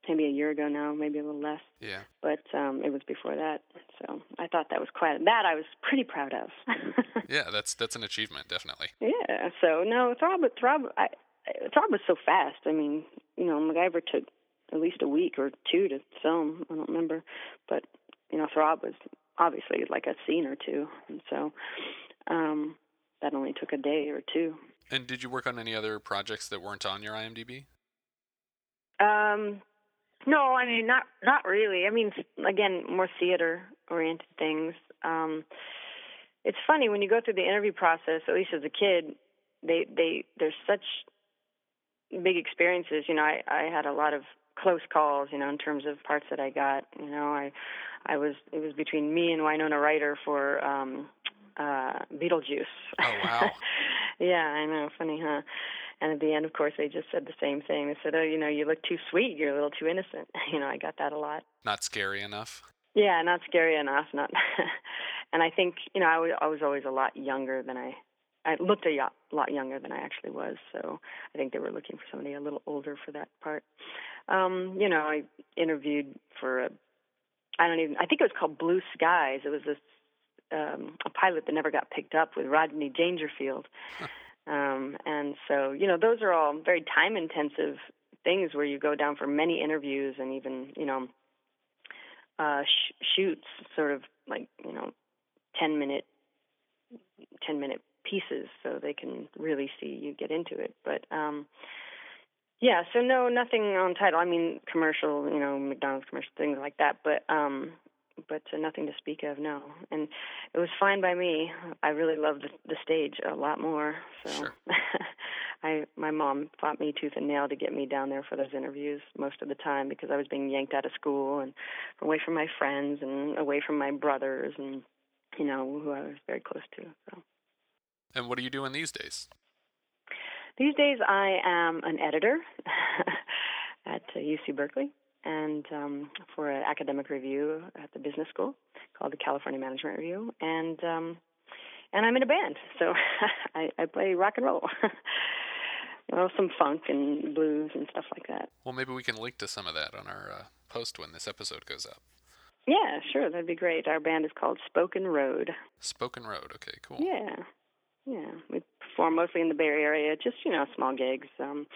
maybe a year ago now, maybe a little less. Yeah. But um, it was before that, so I thought that was quite that I was pretty proud of. Yeah, that's that's an achievement, definitely. Yeah. So no, Throb, Throb, I, I- Throb was so fast. I mean, you know, MacGyver took at least a week or two to film. I don't remember, but you know, Throb was obviously like a scene or two, and so um, that only took a day or two. And did you work on any other projects that weren't on your IMDb? Um, no, I mean not not really. I mean s- again, more theater oriented things. Um, it's funny when you go through the interview process. At least as a kid, they they there's such big experiences. You know, I I had a lot of close calls. You know, in terms of parts that I got. You know, I I was it was between me and Winona Ryder for um, uh, Beetlejuice. Oh, wow. yeah, I know. Funny, huh? And at the end, of course, they just said the same thing. They said, "Oh, you know, you look too sweet. You're a little too innocent." You know, I got that a lot. Not scary enough. Yeah, not scary enough. Not. and I think you know, I was, I was always a lot younger than I. I looked a yo- lot younger than I actually was, so I think they were looking for somebody a little older for that part. Um, you know, I interviewed for a. I don't even. I think it was called Blue Skies. It was this um, a pilot that never got picked up with Rodney Dangerfield. Um, and so, you know, those are all very time intensive things where you go down for many interviews and even, you know, uh, sh- shoots, sort of like, you know, 10 minute, 10 minute pieces so they can really see you get into it. But, um, yeah, so no, nothing on title. I mean, commercial, you know, McDonald's commercial, things like that. But, um, but uh, nothing to speak of, no. And it was fine by me. I really loved the, the stage a lot more. So Sure. I my mom fought me tooth and nail to get me down there for those interviews most of the time because I was being yanked out of school and away from my friends and away from my brothers and you know who I was very close to. So And what are you doing these days? These days, I am an editor at UC Berkeley and um, for an academic review at the business school called the California Management Review, and um, and I'm in a band, so I, I play rock and roll. Well, some funk and blues and stuff like that. Well, maybe we can link to some of that on our uh, post when this episode goes up. Yeah, sure, that'd be great. Our band is called Spoken Road. Spoken Road, okay, cool. Yeah, yeah. We perform mostly in the Bay Area, just you know, small gigs, um,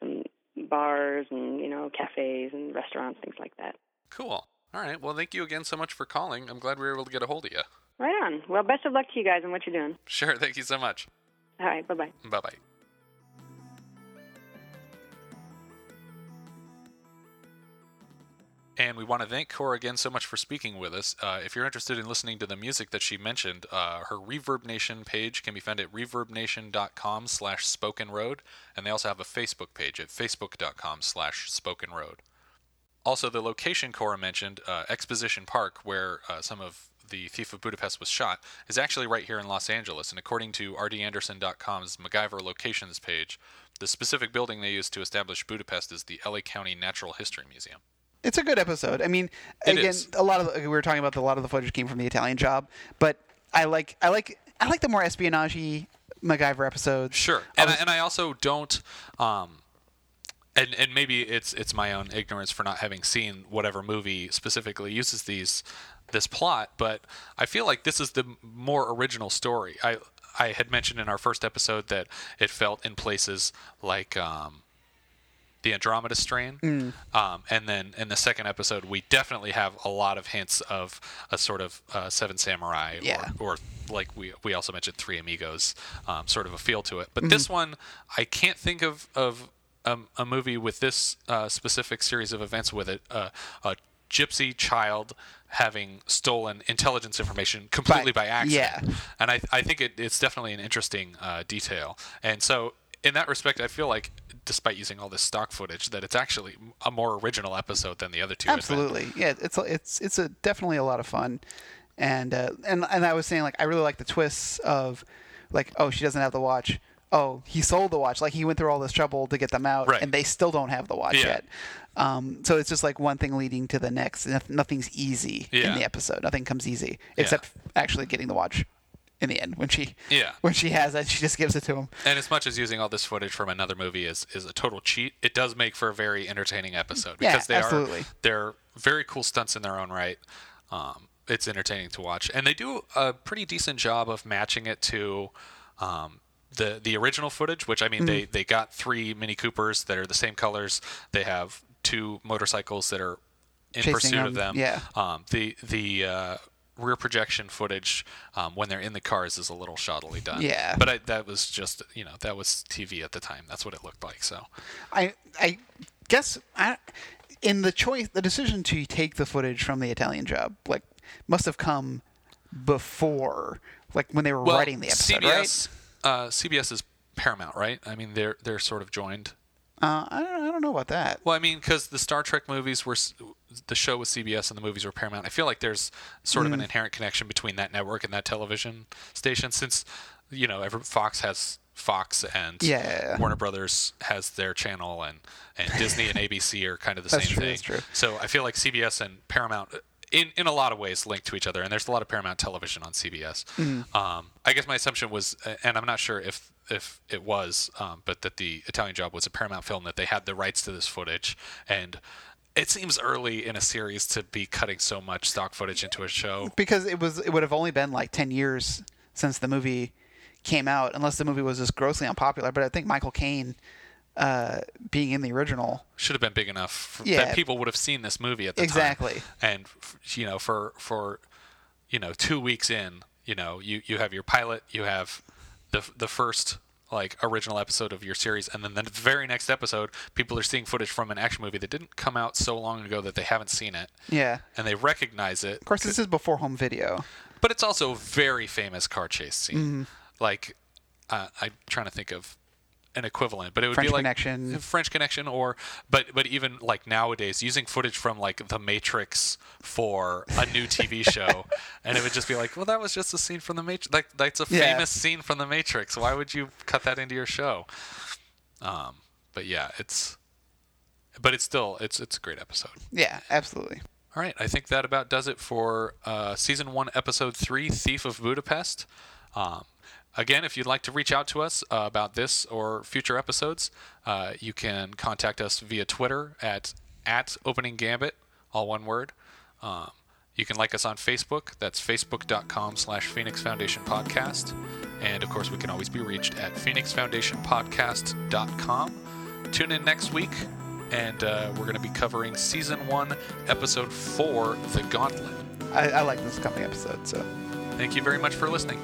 some bars and you know, cafes and restaurants, things like that. Cool. All right. Well, thank you again so much for calling. I'm glad we were able to get a hold of you. Right on. Well, best of luck to you guys and what you're doing. Sure. Thank you so much. All right. Bye bye. Bye bye. And we want to thank Cora again so much for speaking with us. Uh, if you're interested in listening to the music that she mentioned, uh, her Reverb Nation page can be found at reverbnation.com slash spoken road. And they also have a Facebook page at facebook.com slash spoken road. Also, the location Cora mentioned, uh, Exposition Park, where uh, some of the Thief of Budapest was shot, is actually right here in Los Angeles. And according to rdanderson.com's MacGyver locations page, the specific building they used to establish Budapest is the LA County Natural History Museum it's a good episode. I mean, It again, is. a lot of we were talking about the, a lot of the footage came from the Italian job, but I like I like I like the more espionage MacGyver episodes. Sure, and I, and I also don't, um, and and maybe it's it's my own ignorance for not having seen whatever movie specifically uses these this plot, but I feel like this is the m- more original story. I I had mentioned in our first episode that it felt in places like. Um, the Andromeda Strain, Mm. um, and then in the second episode, we definitely have a lot of hints of a sort of uh, Seven Samurai, Yeah. or, or like we we also mentioned Three Amigos, um, sort of a feel to it. Mm-hmm. But this one, I can't think of of um, a movie with this uh, specific series of events with it. Uh, a gypsy child having stolen intelligence information completely by, By- accident. yeah. And I, I think it, it's definitely an interesting uh, detail. And so, in that respect, I feel like, despite using all this stock footage, that it's actually a more original episode than the other two. had been. Absolutely, yeah. It's it's it's a definitely a lot of fun, and uh, and and I was saying like I really like the twists of, like oh she doesn't have the watch. Oh, he sold the watch. Like he went through all this trouble to get them out, Right. and they still don't have the watch Yeah. yet. Um, so it's just like one thing leading to the next. Noth- Nothing's easy Yeah. in the episode. Nothing comes easy except actually getting the watch in the end when she Yeah. when she has it. She just gives it to him. And as much as using all this footage from another movie is, is a total cheat, it does make for a very entertaining episode Yeah, because they are absolutely. they're very cool stunts in their own right. Um, it's entertaining to watch, and they do a pretty decent job of matching it to um, the the original footage. Which I mean, they Mm. they got three Mini Coopers that are the same colors. They have two motorcycles that are in Chasing pursuit of them. them, yeah. Um, the the uh, rear projection footage um, when they're in the cars is a little shoddily done. Yeah. But I, that was just you know that was TV at the time. That's what it looked like. So I I guess I, in the choice, the decision to take the footage from the Italian job, like, must have come before, like when they were well, writing the episode, CBS, uh, CBS is Paramount, right? I mean, they're they're sort of joined. right? Uh, I don't, I don't know about that. Well, I mean, because the Star Trek movies were s- the show was CBS and the movies were Paramount. I feel like there's sort of an inherent connection between that network and that television station, since you know, every, Fox has Fox and Yeah. Warner Brothers has their channel, and and Disney and ABC are kind of the That's same true, thing. that's true. So I feel like CBS and Paramount. uh, In, in a lot of ways linked to each other and there's a lot of paramount television on cbs Mm-hmm. um, i guess my assumption was uh, and i'm not sure if if it was um, but that the italian job was a paramount film that they had the rights to this footage and it seems early in a series to be cutting so much stock footage into a show because it was it would have only been like 10 years since the movie came out unless the movie was just grossly unpopular but i think michael caine uh, being in the original should have been big enough for, that Yeah. people would have seen this movie at the time. Exactly. And f- you know, for for you know, two weeks in, you know, you you have your pilot, you have the the first like original episode of your series, and then the very next episode, people are seeing footage from an action movie that didn't come out so long ago that they haven't seen it, yeah of and they recognize it. course this is before home video But it's Mm-hmm. also a very famous car chase scene. Like, uh, I'm trying to think of an equivalent, but it would French be like Connection. French Connection, or but but even like nowadays, using footage from like The Matrix for a new TV show, and it would just be like, well, that was just a scene from The Matrix. Like that's a Yeah. famous scene from The Matrix. Why would you cut that into your show? Um, but yeah, it's but it's still it's it's a great episode. Yeah, absolutely. All right, I think that about does it for uh, season one, episode three, Thief of Budapest. Um, again, if you'd like to reach out to us uh, about this or future episodes, uh, you can contact us via Twitter at at Opening Gambit, all one word. Um, you can like us on Facebook. That's facebook.com slash Phoenix Foundation Podcast. And of course, we can always be reached at phoenixfoundationpodcast.com. Tune in next week, and uh, we're going to be covering season one, episode four, The Gauntlet. I, I like this coming episode, so. Thank you very much for listening.